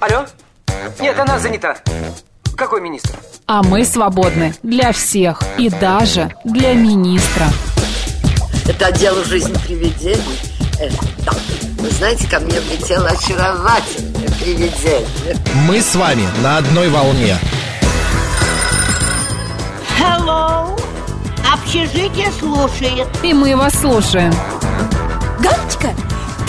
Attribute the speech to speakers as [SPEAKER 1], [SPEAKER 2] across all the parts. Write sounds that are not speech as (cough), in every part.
[SPEAKER 1] Алло? Нет, она занята. Какой министр?
[SPEAKER 2] А мы свободны для всех и даже для министра.
[SPEAKER 3] Это отдел жизни привидений. Э, да. Вы знаете, ко мне влетело очаровательное привидение.
[SPEAKER 4] Мы с вами на одной волне.
[SPEAKER 5] Hello! Общежитие слушает.
[SPEAKER 2] И мы вас слушаем.
[SPEAKER 6] Галочка,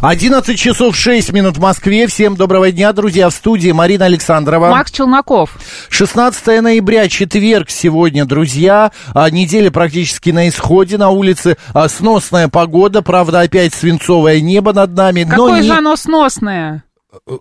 [SPEAKER 4] 11 часов 6 минут в Москве. Всем доброго дня, друзья. В студии Марина Александрова.
[SPEAKER 2] Макс Челноков.
[SPEAKER 4] 16 ноября, четверг сегодня, друзья. А, Неделя практически на исходе. На улице а, сносная погода. Правда, опять свинцовое небо над нами. но
[SPEAKER 2] Какое
[SPEAKER 4] Ну, не-
[SPEAKER 2] же оно сносное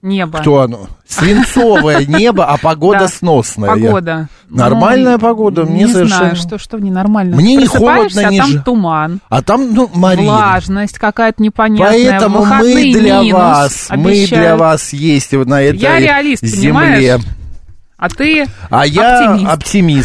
[SPEAKER 2] небо.
[SPEAKER 4] Кто оно?
[SPEAKER 2] (laughs)
[SPEAKER 4] Свинцовое небо, а погода
[SPEAKER 2] Да.
[SPEAKER 4] сносная.
[SPEAKER 2] Погода. Ну,
[SPEAKER 4] Нормальная погода, мне
[SPEAKER 2] не
[SPEAKER 4] совершенно-
[SPEAKER 2] знаю, что, что ненормально.
[SPEAKER 4] Мне не
[SPEAKER 2] Просыпаешься,
[SPEAKER 4] холодно, не
[SPEAKER 2] а там
[SPEAKER 4] ж-
[SPEAKER 2] туман.
[SPEAKER 4] А там, ну, Марина,
[SPEAKER 2] Влажность какая-то непонятная.
[SPEAKER 4] Поэтому мы
[SPEAKER 2] Выходные
[SPEAKER 4] для
[SPEAKER 2] минус,
[SPEAKER 4] вас, мы
[SPEAKER 2] обещают.
[SPEAKER 4] для вас есть вот на этой
[SPEAKER 2] Я реалист,
[SPEAKER 4] земле.
[SPEAKER 2] понимаешь? А ты
[SPEAKER 4] А я
[SPEAKER 2] оптимист.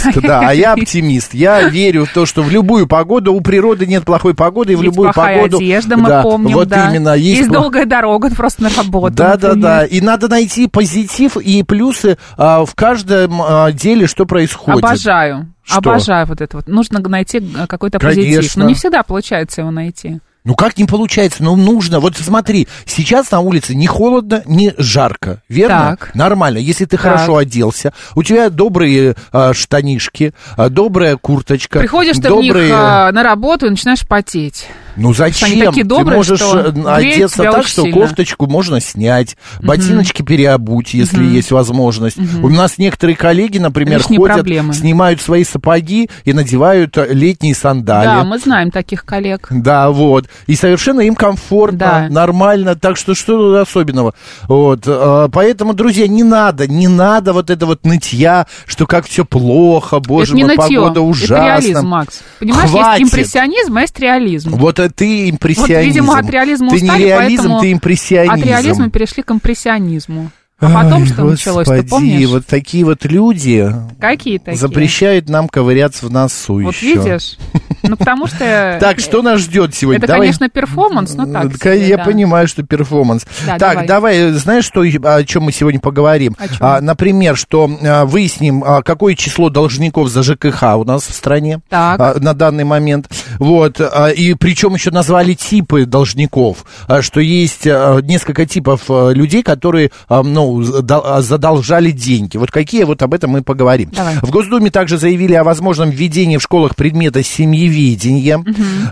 [SPEAKER 4] оптимист. да, а я оптимист. Я верю в то, что в любую погоду у природы нет плохой погоды, и в
[SPEAKER 2] Есть
[SPEAKER 4] любую
[SPEAKER 2] плохая
[SPEAKER 4] погоду.
[SPEAKER 2] одежда, мы
[SPEAKER 4] да,
[SPEAKER 2] помним,
[SPEAKER 4] вот
[SPEAKER 2] да.
[SPEAKER 4] именно есть. пла-
[SPEAKER 2] долгая дорога ну, просто на работу.
[SPEAKER 4] да, да, да.
[SPEAKER 2] например.
[SPEAKER 4] И надо найти позитив и плюсы а, в каждом а, деле, что происходит.
[SPEAKER 2] Обожаю.
[SPEAKER 4] Что?
[SPEAKER 2] Обожаю вот это вот. Нужно найти э, какой-то позитив.
[SPEAKER 4] Конечно.
[SPEAKER 2] Но не всегда получается его найти.
[SPEAKER 4] Ну как не получается? Ну нужно. Вот смотри, сейчас на улице не холодно, не жарко, верно?
[SPEAKER 2] Так.
[SPEAKER 4] Нормально. Если ты
[SPEAKER 2] Так.
[SPEAKER 4] хорошо оделся, у тебя добрые э, штанишки, э, добрая курточка,
[SPEAKER 2] Приходишь ты в
[SPEAKER 4] добрые.
[SPEAKER 2] них э, на работу и начинаешь потеть.
[SPEAKER 4] Ну
[SPEAKER 2] что
[SPEAKER 4] зачем?
[SPEAKER 2] они такие добрые,
[SPEAKER 4] ты можешь
[SPEAKER 2] что
[SPEAKER 4] э,
[SPEAKER 2] греют
[SPEAKER 4] одеться
[SPEAKER 2] тебя
[SPEAKER 4] так,
[SPEAKER 2] очень
[SPEAKER 4] что
[SPEAKER 2] сильно.
[SPEAKER 4] кофточку можно снять, ботиночки переобуть, если есть возможность. У нас некоторые коллеги, например,
[SPEAKER 2] Лишние
[SPEAKER 4] ходят,
[SPEAKER 2] проблемы.
[SPEAKER 4] снимают свои сапоги и надевают э, летние сандали.
[SPEAKER 2] Да, мы знаем таких коллег.
[SPEAKER 4] Да, вот. И совершенно им комфортно,
[SPEAKER 2] Да.
[SPEAKER 4] нормально. Так что что тут особенного? Вот. э, Поэтому, друзья, не надо, не надо вот это вот нытья, что как все плохо, боже
[SPEAKER 2] это не
[SPEAKER 4] мой,
[SPEAKER 2] нытье.
[SPEAKER 4] погода ужасна.
[SPEAKER 2] Это реализм, Макс. Понимаешь,
[SPEAKER 4] Хватит.
[SPEAKER 2] есть импрессионизм, а есть реализм.
[SPEAKER 4] Вот э, ты импрессионизм.
[SPEAKER 2] видимо, от реализма
[SPEAKER 4] Ты
[SPEAKER 2] устали,
[SPEAKER 4] не реализм,
[SPEAKER 2] поэтому
[SPEAKER 4] ты импрессионизм.
[SPEAKER 2] От реализма перешли к импрессионизму. А потом
[SPEAKER 4] Ай,
[SPEAKER 2] что началось, ты
[SPEAKER 4] господи,
[SPEAKER 2] помнишь?
[SPEAKER 4] вот такие вот люди
[SPEAKER 2] Какие такие?
[SPEAKER 4] запрещают нам ковыряться в носу
[SPEAKER 2] Вот
[SPEAKER 4] еще.
[SPEAKER 2] видишь? Ну, потому что...
[SPEAKER 4] (laughs) Так, что нас ждет сегодня?
[SPEAKER 2] Это,
[SPEAKER 4] Давай.
[SPEAKER 2] конечно, перформанс, но так
[SPEAKER 4] Э,
[SPEAKER 2] себе,
[SPEAKER 4] Я
[SPEAKER 2] да.
[SPEAKER 4] понимаю, что перформанс.
[SPEAKER 2] Да,
[SPEAKER 4] так, давай. э, знаешь, что, и- о чем мы сегодня поговорим?
[SPEAKER 2] О чём?
[SPEAKER 4] А, например, что а, выясним, а, какое число должников за ЖКХ у нас в стране
[SPEAKER 2] Так.
[SPEAKER 4] а, на данный момент. Вот, а, и причем еще назвали типы должников, а, что есть а, несколько типов а, людей, которые, а, ну, задол- а, задолжали деньги. Вот какие, вот об этом мы поговорим.
[SPEAKER 2] Давай.
[SPEAKER 4] В Госдуме также заявили о возможном введении в школах предмета семьевидения.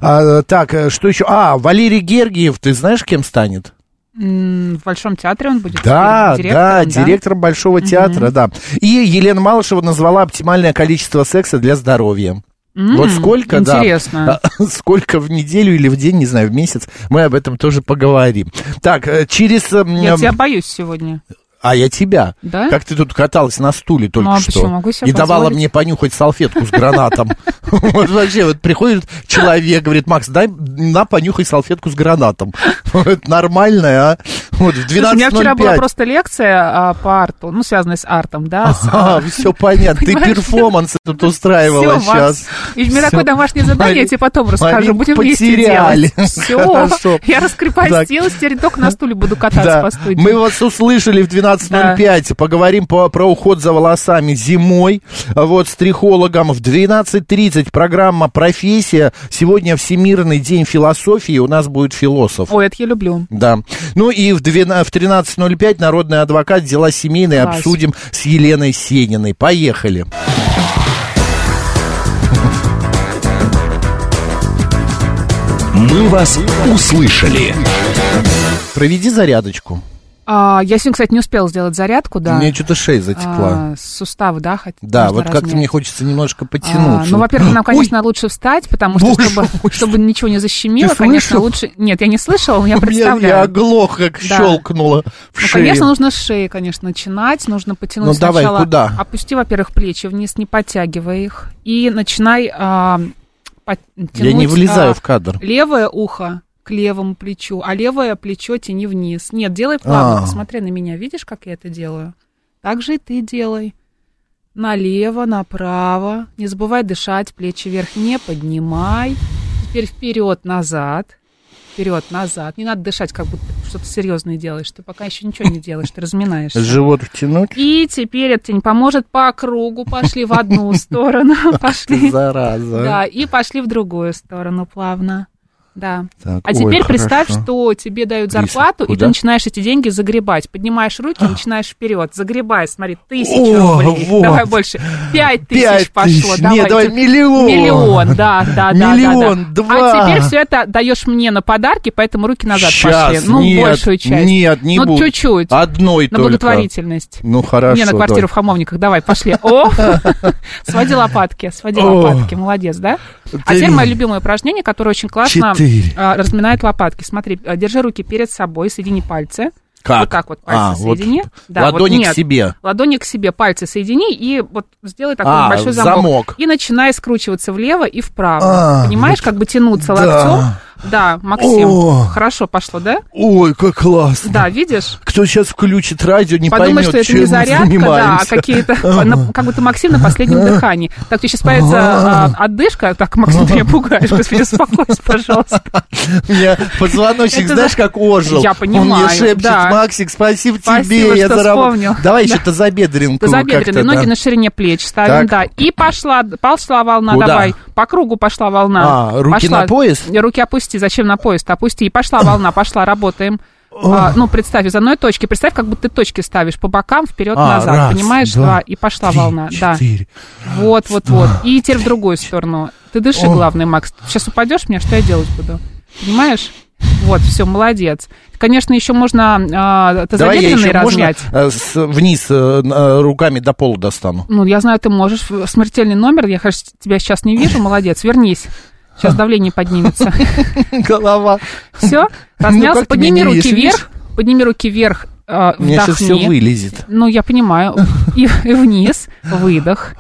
[SPEAKER 4] А, так, э, что еще? А, Валерий Гергиев, ты знаешь, кем станет?
[SPEAKER 2] М, В Большом театре он будет
[SPEAKER 4] Да,
[SPEAKER 2] теперь
[SPEAKER 4] да,
[SPEAKER 2] директором,
[SPEAKER 4] директором Большого театра, да. И Елена Малышева назвала оптимальное количество секса для здоровья.
[SPEAKER 2] М,
[SPEAKER 4] вот сколько, да,
[SPEAKER 2] интересно.
[SPEAKER 4] а, (laughs) сколько в неделю или в день, не знаю, в месяц, мы об этом тоже поговорим. Так, э, через... э, м,
[SPEAKER 2] Я тебя боюсь сегодня.
[SPEAKER 4] А я тебя.
[SPEAKER 2] Да?
[SPEAKER 4] Как ты тут каталась на стуле только
[SPEAKER 2] Ну, а
[SPEAKER 4] что.
[SPEAKER 2] почему? Могу себе
[SPEAKER 4] И давала
[SPEAKER 2] позволить.
[SPEAKER 4] мне понюхать салфетку
[SPEAKER 2] (laughs)
[SPEAKER 4] с гранатом. Вот Вообще, вот приходит человек, говорит, Макс, дай на, понюхай салфетку с гранатом. (laughs) Это нормальное, а? Вот в
[SPEAKER 2] Слушай, у меня вчера была
[SPEAKER 4] 12.05.
[SPEAKER 2] просто лекция а, по арту, ну, связанная с артом, да. с-
[SPEAKER 4] А, все понятно. Ты
[SPEAKER 2] Понимаешь?
[SPEAKER 4] перформанс тут
[SPEAKER 2] Всё,
[SPEAKER 4] устраивала
[SPEAKER 2] Макс.
[SPEAKER 4] сейчас.
[SPEAKER 2] И у меня
[SPEAKER 4] Всё.
[SPEAKER 2] такое домашнее задание, я тебе потом расскажу.
[SPEAKER 4] Маринку
[SPEAKER 2] Будем вместе
[SPEAKER 4] потеряли.
[SPEAKER 2] делать.
[SPEAKER 4] (laughs)
[SPEAKER 2] Все,
[SPEAKER 4] Хорошо.
[SPEAKER 2] я раскрепостилась, теперь только на стуле буду кататься
[SPEAKER 4] А Да.
[SPEAKER 2] по студии.
[SPEAKER 4] Мы вас услышали в 12.05. Поговорим по- про уход за волосами зимой. Вот, с трихологом. В 12.30 программа «Профессия». Сегодня Всемирный день философии. У нас будет философ.
[SPEAKER 2] Ой, это я люблю.
[SPEAKER 4] Да. Ну и в, 12 в 13.05 народный адвокат дела семейные
[SPEAKER 2] Класс.
[SPEAKER 4] обсудим с Еленой Сениной. Поехали.
[SPEAKER 7] «Мы вас услышали».
[SPEAKER 4] Проведи зарядочку.
[SPEAKER 2] А, я сегодня, кстати, не успела сделать зарядку, да.
[SPEAKER 4] Мне что-то шея затекла.
[SPEAKER 2] А, суставы, да, хоть
[SPEAKER 4] да,
[SPEAKER 2] нужно
[SPEAKER 4] вот как-то
[SPEAKER 2] размять.
[SPEAKER 4] мне хочется немножко
[SPEAKER 2] А,
[SPEAKER 4] подтянуться.
[SPEAKER 2] ну, во-первых, нам,
[SPEAKER 4] (gasps) (laughs) Ой,
[SPEAKER 2] конечно, лучше встать, потому что,
[SPEAKER 4] Боже
[SPEAKER 2] чтобы,
[SPEAKER 4] мой,
[SPEAKER 2] чтобы ничего не защемило,
[SPEAKER 4] Ты
[SPEAKER 2] конечно,
[SPEAKER 4] слышал?
[SPEAKER 2] лучше... Нет, я не слышала, но я
[SPEAKER 4] (laughs) у меня- Я
[SPEAKER 2] представляю.
[SPEAKER 4] оглох, как
[SPEAKER 2] Да.
[SPEAKER 4] щелкнуло в
[SPEAKER 2] Ну,
[SPEAKER 4] шее.
[SPEAKER 2] конечно, нужно с шеи, конечно, начинать. Нужно потянуть
[SPEAKER 4] Ну, давай,
[SPEAKER 2] сначала.
[SPEAKER 4] куда?
[SPEAKER 2] Опусти, во-первых, плечи вниз, не подтягивай их. И начинай а, пот-
[SPEAKER 4] Я не
[SPEAKER 2] тянуть,
[SPEAKER 4] влезаю
[SPEAKER 2] а,
[SPEAKER 4] в кадр.
[SPEAKER 2] левое ухо к левому плечу, а левое плечо тяни вниз. Нет, делай плавно,
[SPEAKER 4] А.
[SPEAKER 2] посмотри на меня. Видишь, как я это делаю? Так же и ты делай. Налево, направо. Не забывай дышать, плечи вверх не поднимай. Теперь вперед, назад. Вперед, назад. Не надо дышать, как будто ты что-то серьезное делаешь. Ты пока еще ничего не делаешь, ты разминаешься.
[SPEAKER 4] Живот втянуть?
[SPEAKER 2] И теперь это тебе не поможет по кругу. Пошли в одну сторону, пошли.
[SPEAKER 4] Зараза.
[SPEAKER 2] Да, и пошли в другую сторону плавно. Да.
[SPEAKER 4] Так,
[SPEAKER 2] А
[SPEAKER 4] ой,
[SPEAKER 2] теперь представь,
[SPEAKER 4] хорошо.
[SPEAKER 2] что тебе дают
[SPEAKER 4] Крис,
[SPEAKER 2] зарплату, и
[SPEAKER 4] куда?
[SPEAKER 2] ты начинаешь эти деньги загребать. Поднимаешь руки, и начинаешь вперед. Загребай, смотри, тысячу
[SPEAKER 4] О,
[SPEAKER 2] рублей.
[SPEAKER 4] вот.
[SPEAKER 2] Давай больше. Пять
[SPEAKER 4] Пять
[SPEAKER 2] тысяч пошло.
[SPEAKER 4] тысяч. Нет, давай
[SPEAKER 2] тебе-
[SPEAKER 4] миллион.
[SPEAKER 2] Миллион, да, да, да, да, да.
[SPEAKER 4] Миллион, два.
[SPEAKER 2] А теперь все это даешь мне на подарки, поэтому руки назад
[SPEAKER 4] Щас,
[SPEAKER 2] пошли. Ну,
[SPEAKER 4] нет,
[SPEAKER 2] большую часть.
[SPEAKER 4] Нет, не
[SPEAKER 2] Ну,
[SPEAKER 4] буду.
[SPEAKER 2] чуть-чуть. Ну,
[SPEAKER 4] Одной
[SPEAKER 2] На
[SPEAKER 4] только.
[SPEAKER 2] благотворительность.
[SPEAKER 4] Ну, хорошо.
[SPEAKER 2] Не, на квартиру
[SPEAKER 4] давай.
[SPEAKER 2] в Хамовниках, давай, пошли. О, (laughs) своди лопатки, своди
[SPEAKER 4] О.
[SPEAKER 2] лопатки, молодец, да? А
[SPEAKER 4] Три.
[SPEAKER 2] теперь мое любимое упражнение, которое очень классно
[SPEAKER 4] Четыре.
[SPEAKER 2] а, разминает лопатки. Смотри, а, держи руки перед собой, соедини пальцы.
[SPEAKER 4] Как?
[SPEAKER 2] Вот так вот пальцы
[SPEAKER 4] А, вот
[SPEAKER 2] соедини. Да, вот
[SPEAKER 4] Ладони к
[SPEAKER 2] нет.
[SPEAKER 4] себе.
[SPEAKER 2] Ладони к себе, пальцы соедини и вот сделай такой
[SPEAKER 4] А,
[SPEAKER 2] большой замок.
[SPEAKER 4] замок.
[SPEAKER 2] И начинай скручиваться влево и вправо.
[SPEAKER 4] А,
[SPEAKER 2] Понимаешь, как бы тянуться
[SPEAKER 4] да.
[SPEAKER 2] локтем. Да, Максим,
[SPEAKER 4] О.
[SPEAKER 2] хорошо пошло, да?
[SPEAKER 4] Ой, как классно.
[SPEAKER 2] Да, видишь?
[SPEAKER 4] Кто сейчас включит радио, не
[SPEAKER 2] Подумай,
[SPEAKER 4] поймет,
[SPEAKER 2] что это
[SPEAKER 4] чем
[SPEAKER 2] не
[SPEAKER 4] мы
[SPEAKER 2] зарядка, да, а
[SPEAKER 4] занимаемся. (laughs)
[SPEAKER 2] какие-то, на- как будто Максим на последнем дыхании. Так, тебе сейчас появится а, отдышка. Так, Максим, ты меня пугаешь, господи, успокойся,
[SPEAKER 4] (laughs)
[SPEAKER 2] пожалуйста.
[SPEAKER 4] У меня позвоночник,
[SPEAKER 2] Это
[SPEAKER 4] знаешь,
[SPEAKER 2] за-
[SPEAKER 4] как ожил.
[SPEAKER 2] Я
[SPEAKER 4] Он мне
[SPEAKER 2] понимаю,
[SPEAKER 4] шепчет,
[SPEAKER 2] да.
[SPEAKER 4] Максик, спасибо,
[SPEAKER 2] Спасибо,
[SPEAKER 4] тебе, я
[SPEAKER 2] что
[SPEAKER 4] заработал.
[SPEAKER 2] вспомнил.
[SPEAKER 4] Давай еще тазобедренку
[SPEAKER 2] Тазобедренные
[SPEAKER 4] как-то,
[SPEAKER 2] ноги
[SPEAKER 4] да.
[SPEAKER 2] на ширине плеч ставим,
[SPEAKER 4] Так.
[SPEAKER 2] да. И пошла, пошла волна,
[SPEAKER 4] Куда?
[SPEAKER 2] давай. По кругу пошла волна.
[SPEAKER 4] А, руки
[SPEAKER 2] Пошла.
[SPEAKER 4] на пояс?
[SPEAKER 2] Руки опусти, зачем на пояс? Опусти. И пошла волна, пошла, работаем. А, ну, представь, из одной точки. Представь, как будто ты точки ставишь по бокам,
[SPEAKER 4] А,
[SPEAKER 2] вперед-назад.
[SPEAKER 4] раз,
[SPEAKER 2] понимаешь?
[SPEAKER 4] два,
[SPEAKER 2] И пошла
[SPEAKER 4] три,
[SPEAKER 2] волна. Да.
[SPEAKER 4] четыре.
[SPEAKER 2] Вот, вот, вот. И теперь в другую сторону. Ты дыши, главное, Макс. Сейчас упадешь мне, что я делать буду? Понимаешь? Вот, все, молодец. Конечно, еще можно а,
[SPEAKER 4] Давай я
[SPEAKER 2] тазобедренные
[SPEAKER 4] еще, можно,
[SPEAKER 2] размять.
[SPEAKER 4] э, с- вниз э, н- э, руками до пола достану? (laughs)
[SPEAKER 2] Ну, я знаю, ты можешь. Смертельный номер, я конечно, тебя сейчас не вижу, молодец, вернись. Сейчас давление
[SPEAKER 4] (laughs)
[SPEAKER 2] поднимется.
[SPEAKER 4] Голова.
[SPEAKER 2] Все,
[SPEAKER 4] Ну,
[SPEAKER 2] размялся,
[SPEAKER 4] как ты
[SPEAKER 2] подними
[SPEAKER 4] меня не
[SPEAKER 2] руки
[SPEAKER 4] видишь,
[SPEAKER 2] вверх, подними руки вверх, э,
[SPEAKER 4] У меня сейчас все
[SPEAKER 2] вдохни.
[SPEAKER 4] вылезет.
[SPEAKER 2] Ну, я понимаю. И, и
[SPEAKER 4] (laughs)
[SPEAKER 2] вниз, выдох.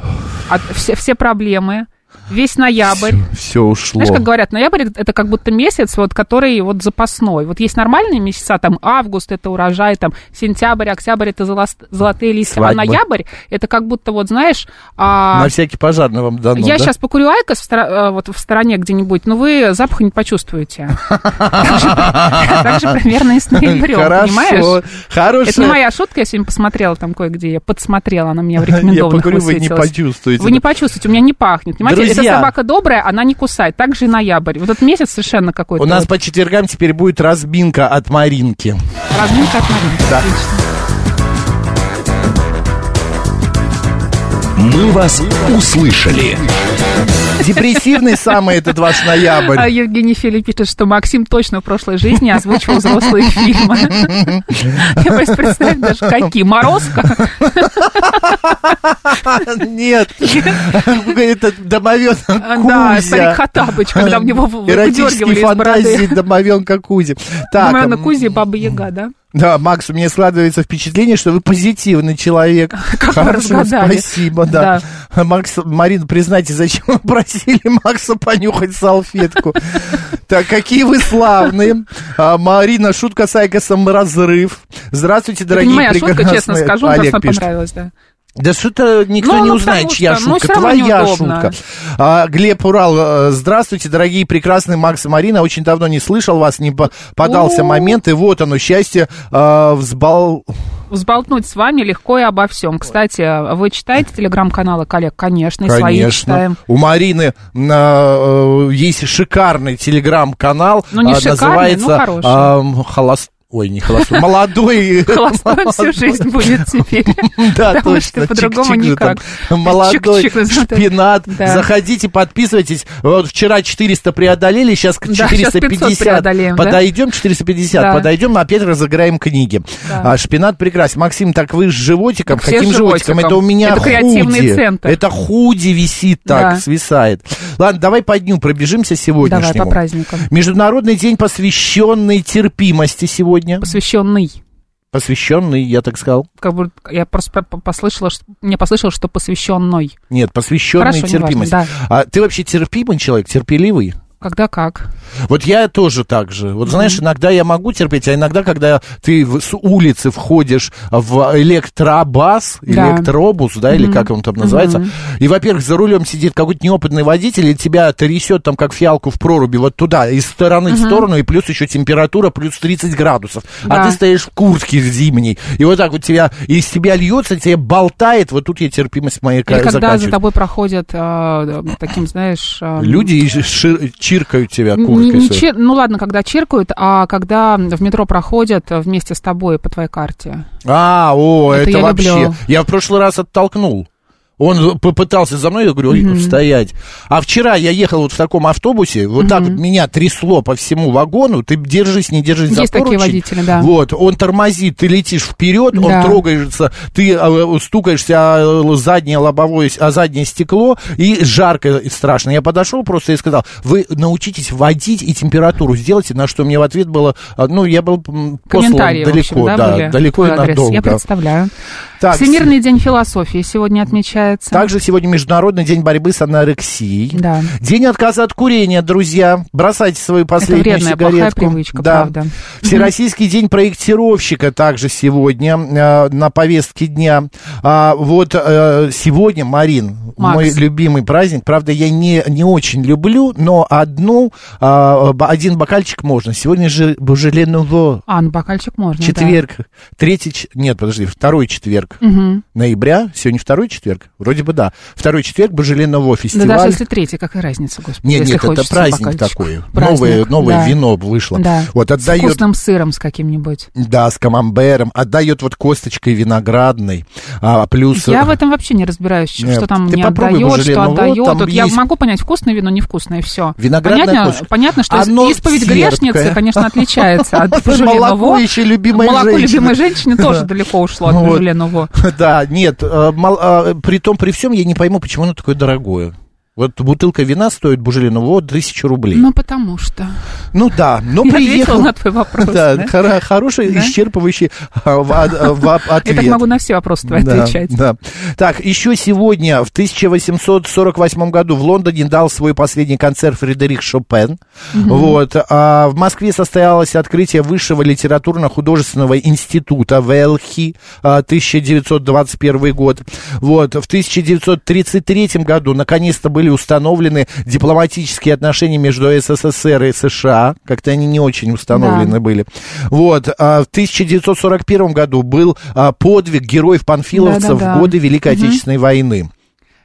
[SPEAKER 2] От- все, все проблемы, весь ноябрь.
[SPEAKER 4] Все ушло.
[SPEAKER 2] Знаешь, как говорят, ноябрь это- это как будто месяц, вот, который вот запасной. Вот есть нормальные месяца, там август это урожай, там сентябрь, октябрь это золос- золотые листья,
[SPEAKER 4] Свадьба.
[SPEAKER 2] а ноябрь это как будто вот знаешь, а,
[SPEAKER 4] На всякий пожарный вам дано,
[SPEAKER 2] я
[SPEAKER 4] да? (laughs)
[SPEAKER 2] сейчас покурю Айкос в, стра- э, вот в стороне где-нибудь, но вы запаха не
[SPEAKER 4] (laughs)
[SPEAKER 2] почувствуете. Так же- так же примерно и с ноябрем,
[SPEAKER 4] Хорошо.
[SPEAKER 2] понимаешь? Это не
[SPEAKER 4] Хорошо.
[SPEAKER 2] моя шутка, я сегодня посмотрела там кое-где, я подсмотрела, она меня в рекомендованных
[SPEAKER 4] (laughs) Я покурю, вы не
[SPEAKER 2] высветилась.
[SPEAKER 4] почувствуете.
[SPEAKER 2] Вы не почувствуете, у меня не пахнет. Понимаете,
[SPEAKER 4] Друзья.
[SPEAKER 2] эта собака добрая, она не кусает. Так же и ноябрь. Вот этот месяц совершенно какой-то.
[SPEAKER 4] У нас
[SPEAKER 2] вот
[SPEAKER 4] по четвергам теперь будет разминка от Маринки.
[SPEAKER 2] разминка от Маринки. Отлично.
[SPEAKER 7] «Мы вас услышали».
[SPEAKER 4] Депрессивный самый этот ваш
[SPEAKER 2] А
[SPEAKER 4] ноябрь.
[SPEAKER 2] Евгений Фили пишет, что Максим точно в прошлой жизни озвучивал взрослые
[SPEAKER 4] (laughs)
[SPEAKER 2] фильмы. Я просто представляю даже какие. Морозко.
[SPEAKER 4] (laughs) Нет. Этот домовен
[SPEAKER 2] Да, старик
[SPEAKER 4] Кузя.
[SPEAKER 2] Хатабыч, когда в него вы-
[SPEAKER 4] Эротические
[SPEAKER 2] выдергивали из
[SPEAKER 4] фантазии
[SPEAKER 2] бороды.
[SPEAKER 4] домовенка Кузи. Так,
[SPEAKER 2] Думаю, на
[SPEAKER 4] м,
[SPEAKER 2] Кузе и Баба Яга, да?
[SPEAKER 4] да, Макс, у меня складывается впечатление, что вы позитивный человек.
[SPEAKER 2] (laughs) Как вы разгадали.
[SPEAKER 4] спасибо, да. Макс, Марина, признайте, зачем вы просили Макса понюхать салфетку? Так, какие вы славные. А, Марина, шутка с Айкосом «Разрыв». Здравствуйте,
[SPEAKER 2] Это
[SPEAKER 4] дорогие
[SPEAKER 2] не моя шутка,
[SPEAKER 4] прекрасные.
[SPEAKER 2] честно скажу,
[SPEAKER 4] Олег
[SPEAKER 2] просто
[SPEAKER 4] пишет.
[SPEAKER 2] понравилась, да.
[SPEAKER 4] Да что-то никто
[SPEAKER 2] Ну,
[SPEAKER 4] не
[SPEAKER 2] ну,
[SPEAKER 4] узнает,
[SPEAKER 2] потому
[SPEAKER 4] чья
[SPEAKER 2] что, ну,
[SPEAKER 4] шутка.
[SPEAKER 2] всё равно
[SPEAKER 4] Твоя
[SPEAKER 2] неудобно.
[SPEAKER 4] шутка. А, Глеб Урал, э, здравствуйте, дорогие прекрасные Макс и Марина. Очень давно не слышал вас, не по- подался
[SPEAKER 2] У.
[SPEAKER 4] момент. И вот оно, счастье э, взбал...
[SPEAKER 2] Взболтнуть с вами легко и обо всем. Кстати, вы читаете телеграм-каналы коллег? Конечно, и свои читаем.
[SPEAKER 4] У Марины э, э, есть шикарный телеграм-канал.
[SPEAKER 2] Ну, не
[SPEAKER 4] э,
[SPEAKER 2] шикарный,
[SPEAKER 4] называется,
[SPEAKER 2] ну, хороший.
[SPEAKER 4] эм, холост- Ой, не
[SPEAKER 2] (laughs)
[SPEAKER 4] холостой. Молодой. (laughs)
[SPEAKER 2] Холостой всю жизнь будет теперь.
[SPEAKER 4] Да,
[SPEAKER 2] Потому что
[SPEAKER 4] точно.
[SPEAKER 2] по-другому
[SPEAKER 4] Чик-чик же
[SPEAKER 2] никак.
[SPEAKER 4] там. Молодой
[SPEAKER 2] Чик-чик называют.
[SPEAKER 4] шпинат.
[SPEAKER 2] Да.
[SPEAKER 4] Заходите, подписывайтесь. Вот вчера 400 преодолели, сейчас к
[SPEAKER 2] Да, сейчас 500
[SPEAKER 4] 450
[SPEAKER 2] преодолеем, да?
[SPEAKER 4] подойдем, 450
[SPEAKER 2] Да.
[SPEAKER 4] подойдем, опять разыграем книги.
[SPEAKER 2] Да.
[SPEAKER 4] А, Шпинат прекрасен. Максим, так вы с животиком?
[SPEAKER 2] Так все
[SPEAKER 4] Каким
[SPEAKER 2] с
[SPEAKER 4] животиком?
[SPEAKER 2] животиком.
[SPEAKER 4] Это у меня
[SPEAKER 2] Это креативный
[SPEAKER 4] худи.
[SPEAKER 2] центр.
[SPEAKER 4] Это худи висит так,
[SPEAKER 2] Да.
[SPEAKER 4] свисает. Ладно, давай по дню пробежимся сегодняшнему.
[SPEAKER 2] Давай по праздникам.
[SPEAKER 4] Международный день, посвященный терпимости сегодня.
[SPEAKER 2] Посвященный.
[SPEAKER 4] Посвященный, я так сказал.
[SPEAKER 2] Как будто я просто по- по- послышала, что, мне послышалось, что посвященной.
[SPEAKER 4] Нет, посвященный
[SPEAKER 2] Хорошо, неважно,
[SPEAKER 4] терпимости.
[SPEAKER 2] да.
[SPEAKER 4] А ты вообще терпимый человек, терпеливый?
[SPEAKER 2] Когда как?
[SPEAKER 4] Вот я тоже так же. Вот знаешь, иногда я могу терпеть, а иногда, когда ты в- с улицы входишь в электробас,
[SPEAKER 2] Да.
[SPEAKER 4] электробус, да, или как он там называется, и, во-первых, за рулем сидит какой-то неопытный водитель, и тебя трясет там как фиалку в проруби вот туда, из стороны в сторону, и плюс еще температура плюс 30 градусов.
[SPEAKER 2] Да.
[SPEAKER 4] А ты стоишь в куртке зимней, и вот так вот тебя, из тебя льется, тебя болтает, вот тут я терпимость моя
[SPEAKER 2] Или когда за
[SPEAKER 4] заканчивается.
[SPEAKER 2] тобой проходят а, да, таким, знаешь... а,
[SPEAKER 4] Люди и ши- чиркают тебя
[SPEAKER 2] н-
[SPEAKER 4] курткой.
[SPEAKER 2] не- не
[SPEAKER 4] своей.
[SPEAKER 2] чир- Ну ладно, когда чиркают, а когда в метро проходят вместе с тобой по твоей карте.
[SPEAKER 4] А, о,
[SPEAKER 2] Это
[SPEAKER 4] это,
[SPEAKER 2] я
[SPEAKER 4] вообще.
[SPEAKER 2] люблю.
[SPEAKER 4] Я в прошлый раз оттолкнул. Он попытался за мной, я говорю, ой, стоять. А вчера я ехал вот в таком автобусе, вот так вот меня трясло по всему вагону, ты держись, не держись за
[SPEAKER 2] Есть такие
[SPEAKER 4] поручень.
[SPEAKER 2] водители, да.
[SPEAKER 4] Вот, он тормозит, ты летишь вперед,
[SPEAKER 2] Да.
[SPEAKER 4] он трогается, ты э, стукаешься о л- заднее лобовое, о заднее стекло, и жарко и страшно. Я подошел просто и сказал, вы научитесь водить и температуру сделайте, на что мне в ответ было, э, ну, я был м, послан
[SPEAKER 2] Комментарии, в
[SPEAKER 4] далеко,
[SPEAKER 2] общем, да,
[SPEAKER 4] да,
[SPEAKER 2] были?
[SPEAKER 4] далеко и
[SPEAKER 2] Твой адрес.
[SPEAKER 4] надолго.
[SPEAKER 2] Я представляю.
[SPEAKER 4] Так,
[SPEAKER 2] Всемирный день философии сегодня отмечается.
[SPEAKER 4] также сегодня Международный день борьбы с анорексией.
[SPEAKER 2] Да.
[SPEAKER 4] День отказа от курения, друзья. Бросайте свою последнюю
[SPEAKER 2] вредная, плохая
[SPEAKER 4] сигаретку.
[SPEAKER 2] привычка, правда.
[SPEAKER 4] Всероссийский день проектировщика также сегодня э, на повестке дня. А, вот э, сегодня, Марин,
[SPEAKER 2] Макс.
[SPEAKER 4] мой любимый праздник. Правда, я не, не очень люблю, но одну, а, б- один бокальчик можно. Сегодня же Божеленово.
[SPEAKER 2] А, ну бокальчик можно, да.
[SPEAKER 4] Четверг, третий, ч- нет, подожди, второй четверг ноября, сегодня второй четверг, вроде бы да, второй четверг Божеленово
[SPEAKER 2] Да
[SPEAKER 4] фестиваль.
[SPEAKER 2] даже если третий, какая разница, господи.
[SPEAKER 4] Нет,
[SPEAKER 2] если
[SPEAKER 4] нет, это
[SPEAKER 2] хочется
[SPEAKER 4] праздник
[SPEAKER 2] бокальчик.
[SPEAKER 4] такой.
[SPEAKER 2] Праздник,
[SPEAKER 4] новое новое
[SPEAKER 2] да.
[SPEAKER 4] вино вышло.
[SPEAKER 2] Да.
[SPEAKER 4] Вот отдает,
[SPEAKER 2] С вкусным сыром с каким-нибудь.
[SPEAKER 4] да, с камамбером, отдает вот косточкой виноградной, а, плюс...
[SPEAKER 2] Я в этом вообще не разбираюсь, что
[SPEAKER 4] Нет,
[SPEAKER 2] там
[SPEAKER 4] ты
[SPEAKER 2] не
[SPEAKER 4] попробуй
[SPEAKER 2] отдает, что
[SPEAKER 4] Божеленово,
[SPEAKER 2] отдает.
[SPEAKER 4] там
[SPEAKER 2] Вот Я
[SPEAKER 4] есть-
[SPEAKER 2] могу понять, вкусное вино, невкусное, все.
[SPEAKER 4] Виноградная
[SPEAKER 2] понятно,
[SPEAKER 4] косточка.
[SPEAKER 2] понятно, что из-
[SPEAKER 4] Оно
[SPEAKER 2] исповедь
[SPEAKER 4] терпкое.
[SPEAKER 2] грешницы, конечно, отличается от Божеленово.
[SPEAKER 4] (laughs) Молоко еще любимой
[SPEAKER 2] Молоко
[SPEAKER 4] женщины.
[SPEAKER 2] любимой женщины
[SPEAKER 4] (laughs)
[SPEAKER 2] тоже далеко ушло от
[SPEAKER 4] Ну вот.
[SPEAKER 2] Божеленово.
[SPEAKER 4] (laughs) Да, нет, э, мол- э, при том, при всем, я не пойму, почему оно такое дорогое. Вот бутылка вина стоит Божеленово 1000 рублей.
[SPEAKER 2] Ну, потому что.
[SPEAKER 4] Ну да, но
[SPEAKER 2] Я
[SPEAKER 4] приехал...
[SPEAKER 2] ответила на твой вопрос.
[SPEAKER 4] Да,
[SPEAKER 2] да?
[SPEAKER 4] хоро- хороший,
[SPEAKER 2] Да?
[SPEAKER 4] исчерпывающий а, в- а, в- а,
[SPEAKER 2] Я
[SPEAKER 4] ответ.
[SPEAKER 2] так могу на все вопросы твои
[SPEAKER 4] Да,
[SPEAKER 2] отвечать.
[SPEAKER 4] (laughs) да. Так, еще сегодня, в 1848 году в Лондоне дал свой последний концерт Фредерик Шопен. Вот. А в Москве состоялось открытие Высшего литературно-художественного института ВЛХИ а, 1921 год. Вот. В 1933 году наконец-то были установлены дипломатические отношения между СССР и США. Как-то они не очень установлены
[SPEAKER 2] Да.
[SPEAKER 4] были. Вот. А в 1941 году был а, подвиг героев панфиловцев
[SPEAKER 2] Да-да-да.
[SPEAKER 4] в годы Великой Отечественной войны.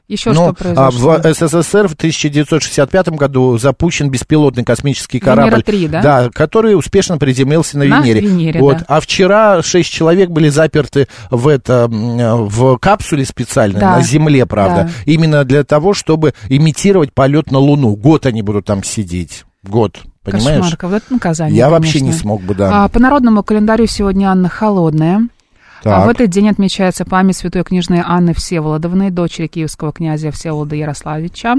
[SPEAKER 2] Еще
[SPEAKER 4] Но
[SPEAKER 2] что
[SPEAKER 4] а,
[SPEAKER 2] произошло?
[SPEAKER 4] в СССР в 1965 году запущен беспилотный космический
[SPEAKER 2] «Венера
[SPEAKER 4] корабль,
[SPEAKER 2] 3», да?
[SPEAKER 4] который успешно приземлился на,
[SPEAKER 2] На
[SPEAKER 4] Венере.
[SPEAKER 2] Венере,
[SPEAKER 4] вот.
[SPEAKER 2] да.
[SPEAKER 4] А вчера шесть человек были заперты в, это, м, э, в капсуле специальной
[SPEAKER 2] Да.
[SPEAKER 4] на Земле, правда,
[SPEAKER 2] Да.
[SPEAKER 4] именно для того, чтобы имитировать полет на Луну. Год они будут там сидеть. Год. Понимаешь?
[SPEAKER 2] Кошмарка, вот это наказание,
[SPEAKER 4] Я вообще не
[SPEAKER 2] конечно.
[SPEAKER 4] смог бы, да.
[SPEAKER 2] А, по народному календарю сегодня Анна Холодная. А
[SPEAKER 4] Так.
[SPEAKER 2] в этот день отмечается память святой книжной Анны Всеволодовны, дочери киевского князя Всеволода Ярославича.